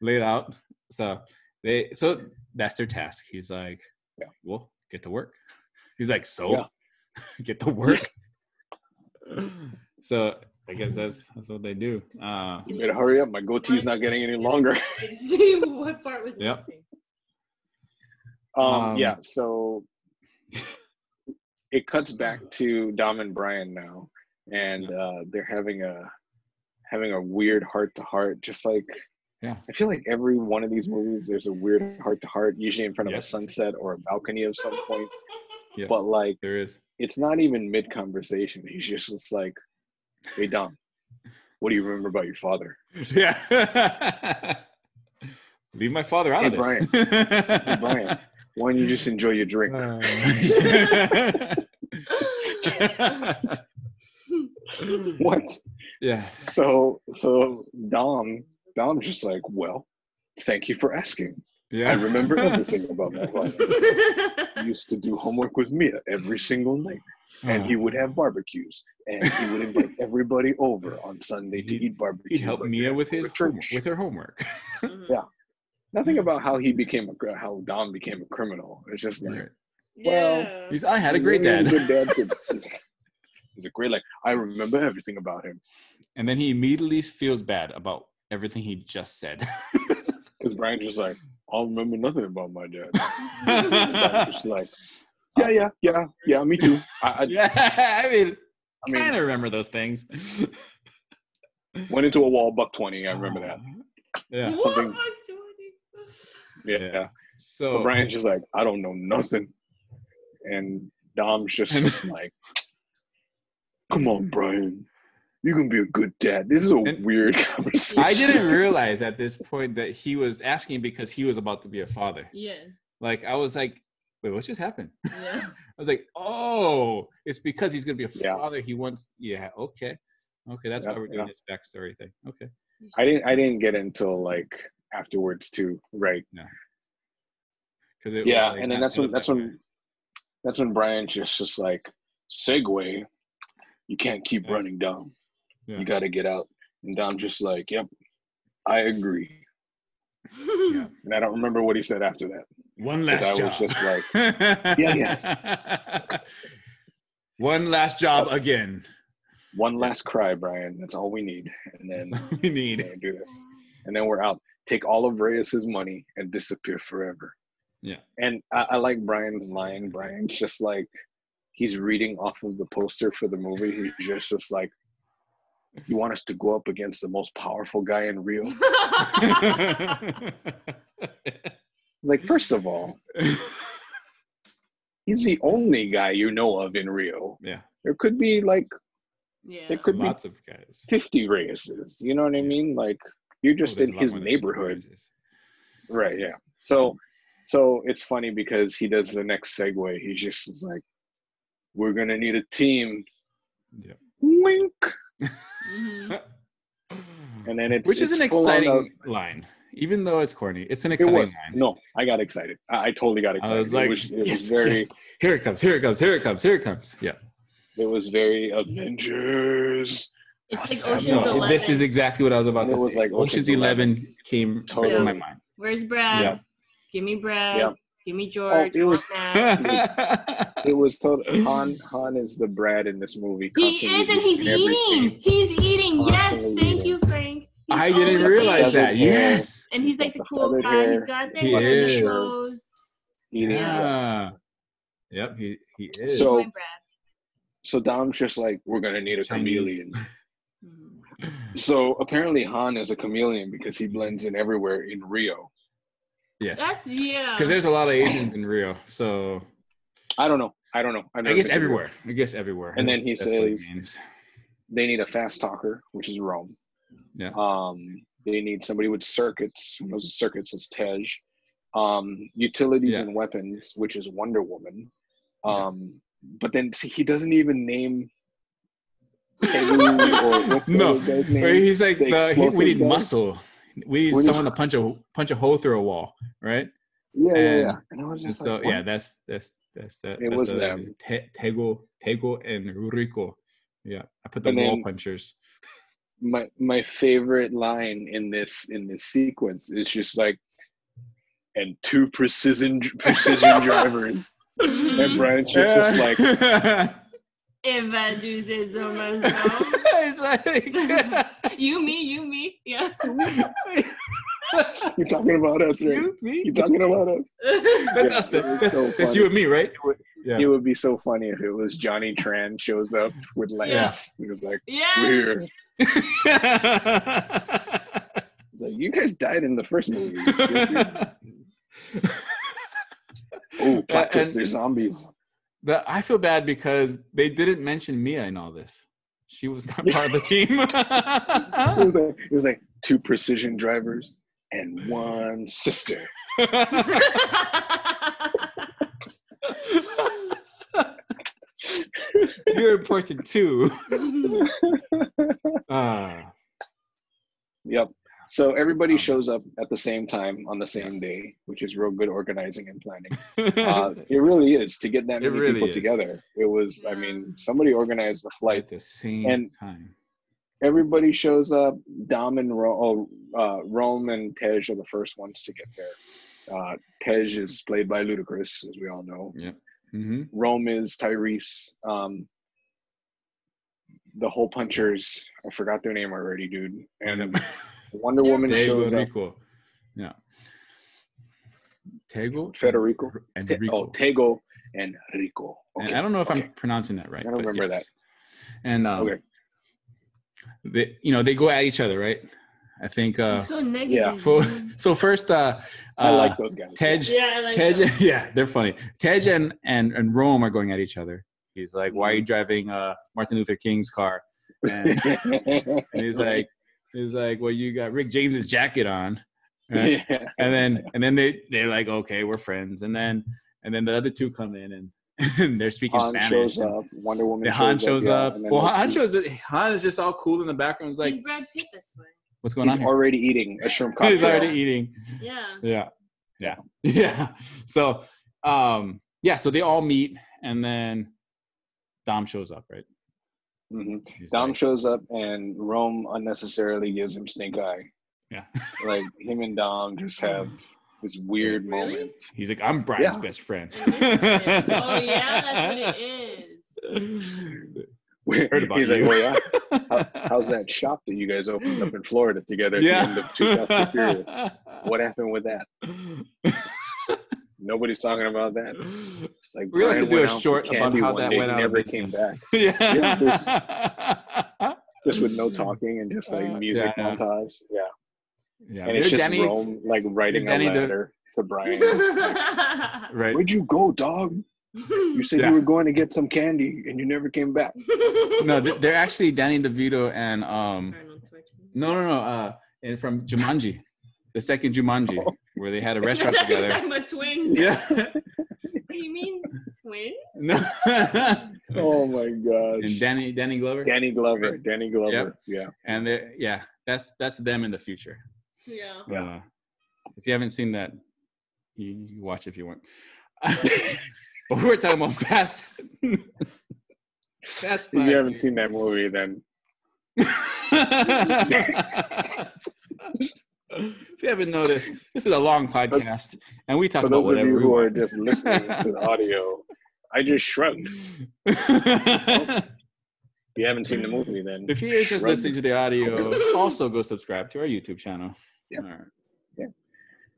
laid out. So they, so that's their task. He's like, Yeah. well, get to work. He's like, so Yeah. get to work. so I guess that's that's what they do. Uh, You better hurry up. My goatee's not getting any longer. I just see what part was Yep. missing. Um, Um, yeah, so it cuts back to Dom and Brian now, and uh, they're having a having a weird heart to heart. Just like Yeah. I feel like every one of these movies, there's a weird heart to heart, usually in front of Yeah. a sunset or a balcony of some point. But like, there is. it's not even mid conversation. He's just just like, "Hey Dom, what do you remember about your father?" Yeah. Leave my father out Hey, of this. Hey, Brian. Why don't you just enjoy your drink? Uh, what? yeah. So so Dom Dom's just like, well, thank you for asking. Yeah. I remember everything about my father. He used to do homework with Mia every single night, and Uh. he would have barbecues, and he would invite everybody over on Sunday to He'd- eat barbecue. He'd help but Mia with his Church. homework, with her homework. Yeah. Nothing about how he became a cr- how Dom became a criminal. It's just like Well, yeah. He's I had a great really dad, Good dad to- He's a great like I remember everything about him and then he immediately feels bad about everything he just said. because Brian's just like I don't remember nothing about my dad. Brian's just yeah, like yeah yeah yeah yeah me too. I, I, I mean, I mean kind of remember those things. went into a wall buck 20 i remember that Yeah. What? something- yeah, Yeah. Oh. So, so brian's just like i don't know nothing and dom's just like come on brian you can be a good dad this is a And- weird conversation I didn't realize at this point that he was asking because he was about to be a father. Yes. Like I was like, wait, what just happened? Yeah. I was like, oh, it's because he's gonna be a Yeah. father. He wants, yeah, okay, okay, that's Yeah, why we're doing yeah. this backstory thing. Okay, i didn't i didn't get until like afterwards too right because it yeah was like, and then not that's set when up that's that when that's when brian's just just like segue you can't keep Yeah. running dom Yeah. you got to get out and dom's just like yep i agree Yeah. and i don't remember what he said after that way. one 'Cause last I job. was just like, yeah, one last job again. one last cry, Brian. That's all we need, and That's then all we we're need. gonna do this, and then we're out. Take all of Reyes's money and disappear forever. Yeah. And I, I like Brian's line. Brian's just like he's reading off of the poster for the movie. He's just just like, you want us to go up against the most powerful guy in Rio? Like, first of all, he's the only guy you know of in Rio. yeah, There could be like yeah. there could be lots of guys. 50 Reyeses. You know what I mean? Like you're Oh, just there's in a lot his more than 50 neighborhood. raises. Right, yeah. So so it's funny because he does the next segue. He just is like, We're gonna need a team. Yeah. Wink. Mhm. And then it's Which is it's an full on exciting line, even though it's corny. It's an a- it exciting was line. no, I got excited. I, I totally got excited. I was like, it was, it was yes, very yes. here it comes, here it comes, here it comes, here it comes. Yeah. it was very Avengers. It's No, like Ocean's No, Eleven. this is exactly what I was about It to was say. like Ocean's Ocean's Eleven, came to my Totally. mind. Where's Brad? Yeah. Give me Brad. Yeah. Oh, Give me George. it I was- want that. It was totally Han Han is the Brad in this movie. he constantly is, and he's in every eating. scene. He's eating. Yes, Constantly thank eating. you, Frank. He's I always didn't realize eating. that. Yes. And he's like the cool Feathered guy. He's hair. got the He hair and the is. clothes. Eating. Yeah. Yep. He he is. So- He's my Brad. So Dom's just like, we're gonna need a Chinese. chameleon. Mhm. So apparently Han is a chameleon because he blends in everywhere in Rio. yes. That's um, yeah. Because there's a lot of Asians in Rio, so I don't know. I don't know. I never guess been to Rio. everywhere. I guess everywhere. And then he That's- that's what it says- means. They need a fast talker, which is Rome. Yeah. Um, they need somebody with circuits. Who knows what circuits is Tej. um, utilities Yeah. and weapons, which is Wonder Woman. Yeah. Um, But then see, he doesn't even name Pegu or what's the No. other guy's Or name? he's like, the, the he- we explosives need guy? muscle. We need We need- someone to punch a punch a hole through a wall, right? Yeah, yeah, yeah. and- And I was And just so like, yeah, yeah, that's that's that's that. It that's was the- them. Te- Tego, Tego, and Rurico. Yeah, I put the And wall then- punchers. my my favorite line in this in this sequence is just like, and two precision precision drivers. And Brian's just like, If I do say so myself. it's like you, me, you, me. Yeah. you're talking about us, right? you, me. You're talking about us. That's Yeah, us. it was That's, so that's you funny. and me, right? Yeah. It would be so funny if it was Johnny Tran shows up with Lance. He was like, we're Yeah. here. He's like, you guys died in the first movie. oh, Uh, and- plot twist, they're zombies. But I feel bad because they didn't mention Mia in all this. She was not part of the It was team. like, it was like two precision drivers and one sister. You're important too. Uh, Yep. So Um, everybody shows up at the same time on the same day, which is real good organizing and planning. Uh, it really is to get that It many really people is. together. It was, I mean, somebody organized the at flight. the same and- time. everybody shows up. Dom and Ro- oh, uh, Rome and Tej are the first ones to get there. Uh, Tej is played by Ludacris, as we all know. hmm Rome is Tyrese. Um, the Hole Punchers, I forgot their name already, dude. And Wonder Yeah. Woman Tego shows up. Rico. Yeah. Tego Federico. and Te- Rico. oh, Tego and Rico. Okay. And I don't know if okay. I'm pronouncing that right. I don't but remember yes. And um, Okay. they, you know, they go at each other, right? I think uh, so negative. for, so first uh, I uh, like those guys. Tej Yeah, I like Tej, that. yeah, they're funny. Tej and, and and Rome are going at each other. He's like, "Why are Mm-hmm. you driving uh, Martin Luther King's car?" And, and he's like, "He's like, well, you got Rick James's jacket on." right? Yeah. uh, And then and then they they're like, "Okay, we're friends." And then and then the other two come in and, and they're speaking Han Spanish. shows up. Wonder Woman. The Han shows shows yeah, up. and then Well, they Han see- shows Han is just all cool in the background. He's like, He's Brad Pitt, that's why. "What's going on?" He's Here? already eating a shrimp cocktail. He's already eating. Yeah. Yeah. Yeah. Yeah. So um yeah, so they all meet and then Dom shows up, right? Mhm. He's Dom like- shows up and Rome unnecessarily gives him stink eye. Yeah. Like him and Dom just have this weird Really? moment. He's like, I'm Brian's Yeah. best friend. oh yeah, that's what it is. Where Heard about He's you. like, oh yeah, how's that shop that you guys opened up in Florida together at the end of Two Fast and Furious? Yeah. What happened with that? Nobody's talking about that. It's like We're gonna have to Brian do a went out for short about candy how one that day, went out of Never came business. back. yeah. Just with no talking and just like Uh, music yeah, yeah. montage. Yeah. Yeah. And it's there's just Danny, Rome like writing Danny a the- letter to Brian. yeah. right? Where'd you go, dog? You said Yeah. you were going to get some candy and you never came back. No, they're they're actually Danny DeVito and um, Arnold Schwarzenegger. No, no, no. Uh, and from Jumanji, the second Jumanji, Oh. where they had a restaurant You're together. talking about twins. Yeah. What do you mean twins? no. Oh my and gosh. Danny, Danny Glover, Danny Glover. Danny Glover. Yeah. and they, yeah, that's that's them in the future. Yeah. Yeah. Uh, if you haven't seen that, you, you can watch if you want. but we're talking about fast. fast. If you haven't seen that movie, then if you haven't noticed, this is a long podcast, and we talk for about those of whatever you we who want. are just listening to the audio, I just shrugged. if If you haven't seen the movie, then you're just shrug. listening to the audio, also go subscribe to our YouTube channel. Yeah. All right.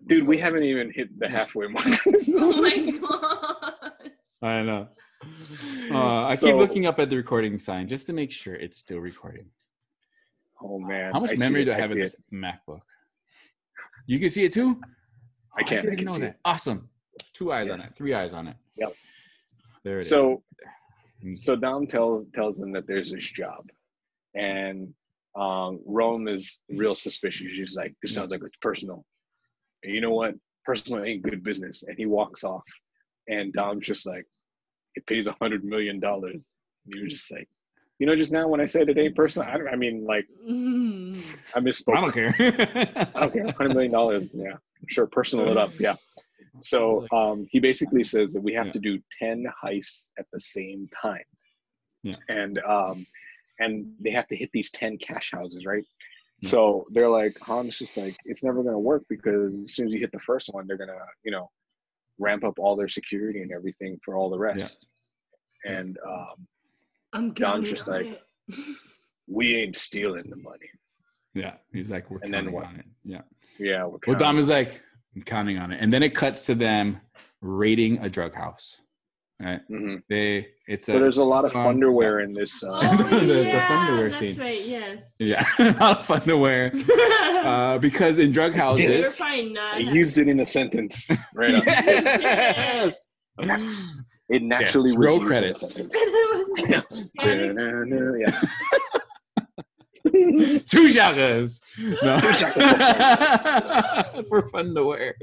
dude, we haven't even hit the halfway Uh, mark. Oh my gosh. I know. Uh, I keep So- looking up at the recording sign just to make sure it's still recording. Oh man, How much I see memory it, do I have in see this MacBook? You can see it too. I can, I I didn't can know see that. Awesome. Two eyes on it. Yes. Three eyes on it. Yep. There it it. is. So, Mm. so Dom tells tells them that there's this job, and um, Rome is real suspicious. She's like, "This sounds like it's personal." And you know what? personal ain't good business. And he walks off. And Dom's just like, it pays a hundred million dollars. And you were just like, you know, just now when I said it ain't personal, I, don't- I mean, like, I misspoke. I don't care. I don't care. Hundred million dollars. Yeah, sure. Personal it up. Yeah. So um, he basically says that we have Yeah. to do ten heists at the same time, Yeah. and um, and they have to hit these ten cash houses, right? Yeah. So they're like, Han's just like, it's never gonna work because as soon as you hit the first one, they're gonna, you know, ramp up all their security and everything for all the rest. Yeah. And um, I'm Dom's going just on like- it. we ain't stealing the money. yeah, he's like, we're And then counting what? on it. Yeah. Yeah. We're Well, counting. Dom is like, I'm counting on it. And then it cuts to them raiding a drug house. Right? Mhm. They it's a So there's a lot of um, underwear in this. Uh, Oh, The- the yeah, Thunderwear that's scene. right. Yes. yeah, not fun to wear. Uh, because in drug They're houses, probably not. I used it in a sentence. Right on. yes, Yes. It naturally Yes, roll was used in a credits. sentence. Panic. Da-na-na, yeah. two shakas. No. Two for fun to wear.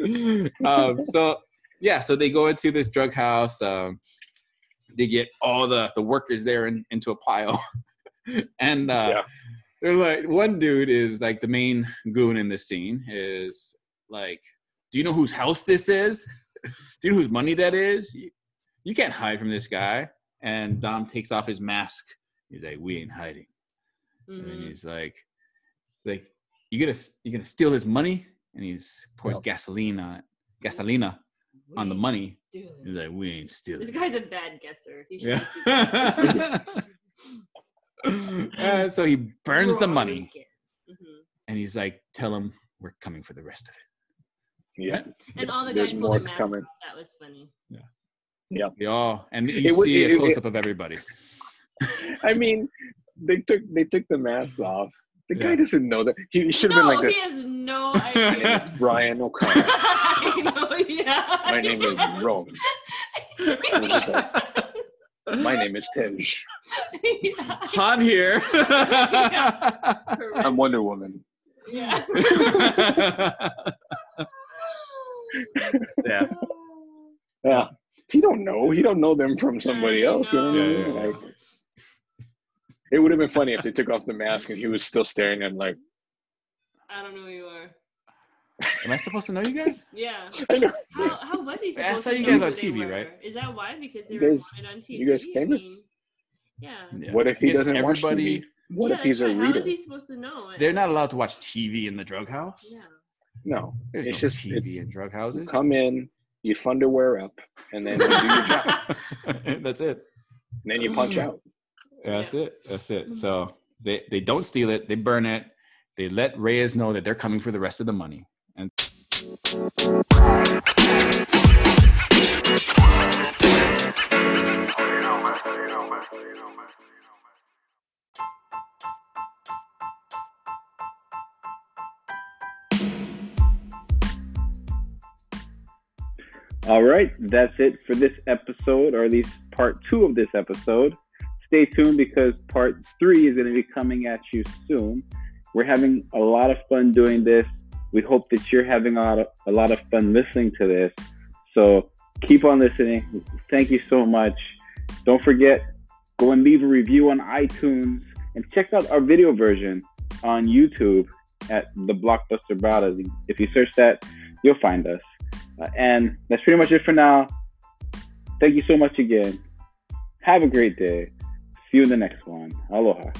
Um, so yeah, so they go into this drug house. Um, they get all the the workers there in, into a pile, and uh, Yeah. they're like, one dude is like the main goon in this scene is like, do you know whose house this is? Do you know whose money that is? You, you can't hide from this guy. And Dom takes off his mask. He's like, we ain't hiding and Mhm. he's like, like you gonna you gonna steal his money? And he's pours Yep. gasoline on gasolina on the money. Dude, He's like, we ain't This stealing. it." guy's a bad guesser. He should Yeah. just be- and so he burns the Wrong money, again. Mhm. and he's like, tell him we're coming for the rest of it. Yeah. And all the There's guys pulled more their masks coming. off. That was funny. They all, and you It wa- see it- a it- close up of everybody. I mean, they took they took the mask off. The guy Yeah. doesn't know that. He, he should have No, been like he this. has no idea. It's Brian O'Connor. I know, yeah. My name is Roman. I'm just like, My name is Tej. yeah. Han here. I'm Wonder Woman. Yeah. yeah. Yeah. He don't know. He don't know them from somebody I else. You know what I know. mean? Like, it would have been funny if they took off the mask and he was still staring at them like, I don't know who you are. Am I supposed to know you guys? Yeah. I know. How, how was he supposed I saw to you know guys who on they TV, were? right? Is that why? Because they You were guys- wanted on TV. you guys I famous? mean, yeah. Yeah. What if he I guess doesn't watch TV? What Yeah, if he's that's a right. reader? How is he supposed to know? They're not allowed to watch TV in the drug house. Yeah. No. There's It's no just- TV it's- in drug You houses. come in, you fund a wear up, and then you do your job, That's it. and then you punch out. That's it. That's it. So they, they don't steal it. They burn it. They let Reyes know that they're coming for the rest of the money. And All right, that's it for this episode, or at least part two of this episode. Stay tuned because part three is going to be coming at you soon. We're having a lot of fun doing this. We hope that you're having a lot of, a lot of fun listening to this. So keep on listening. Thank you so much. Don't forget, go and leave a review on iTunes and check out our video version on YouTube at the Blockbuster Brothers. If you search that, you'll find us. Uh, and that's pretty much it for now. Thank you so much again. Have a great day. See you in the next one. Aloha.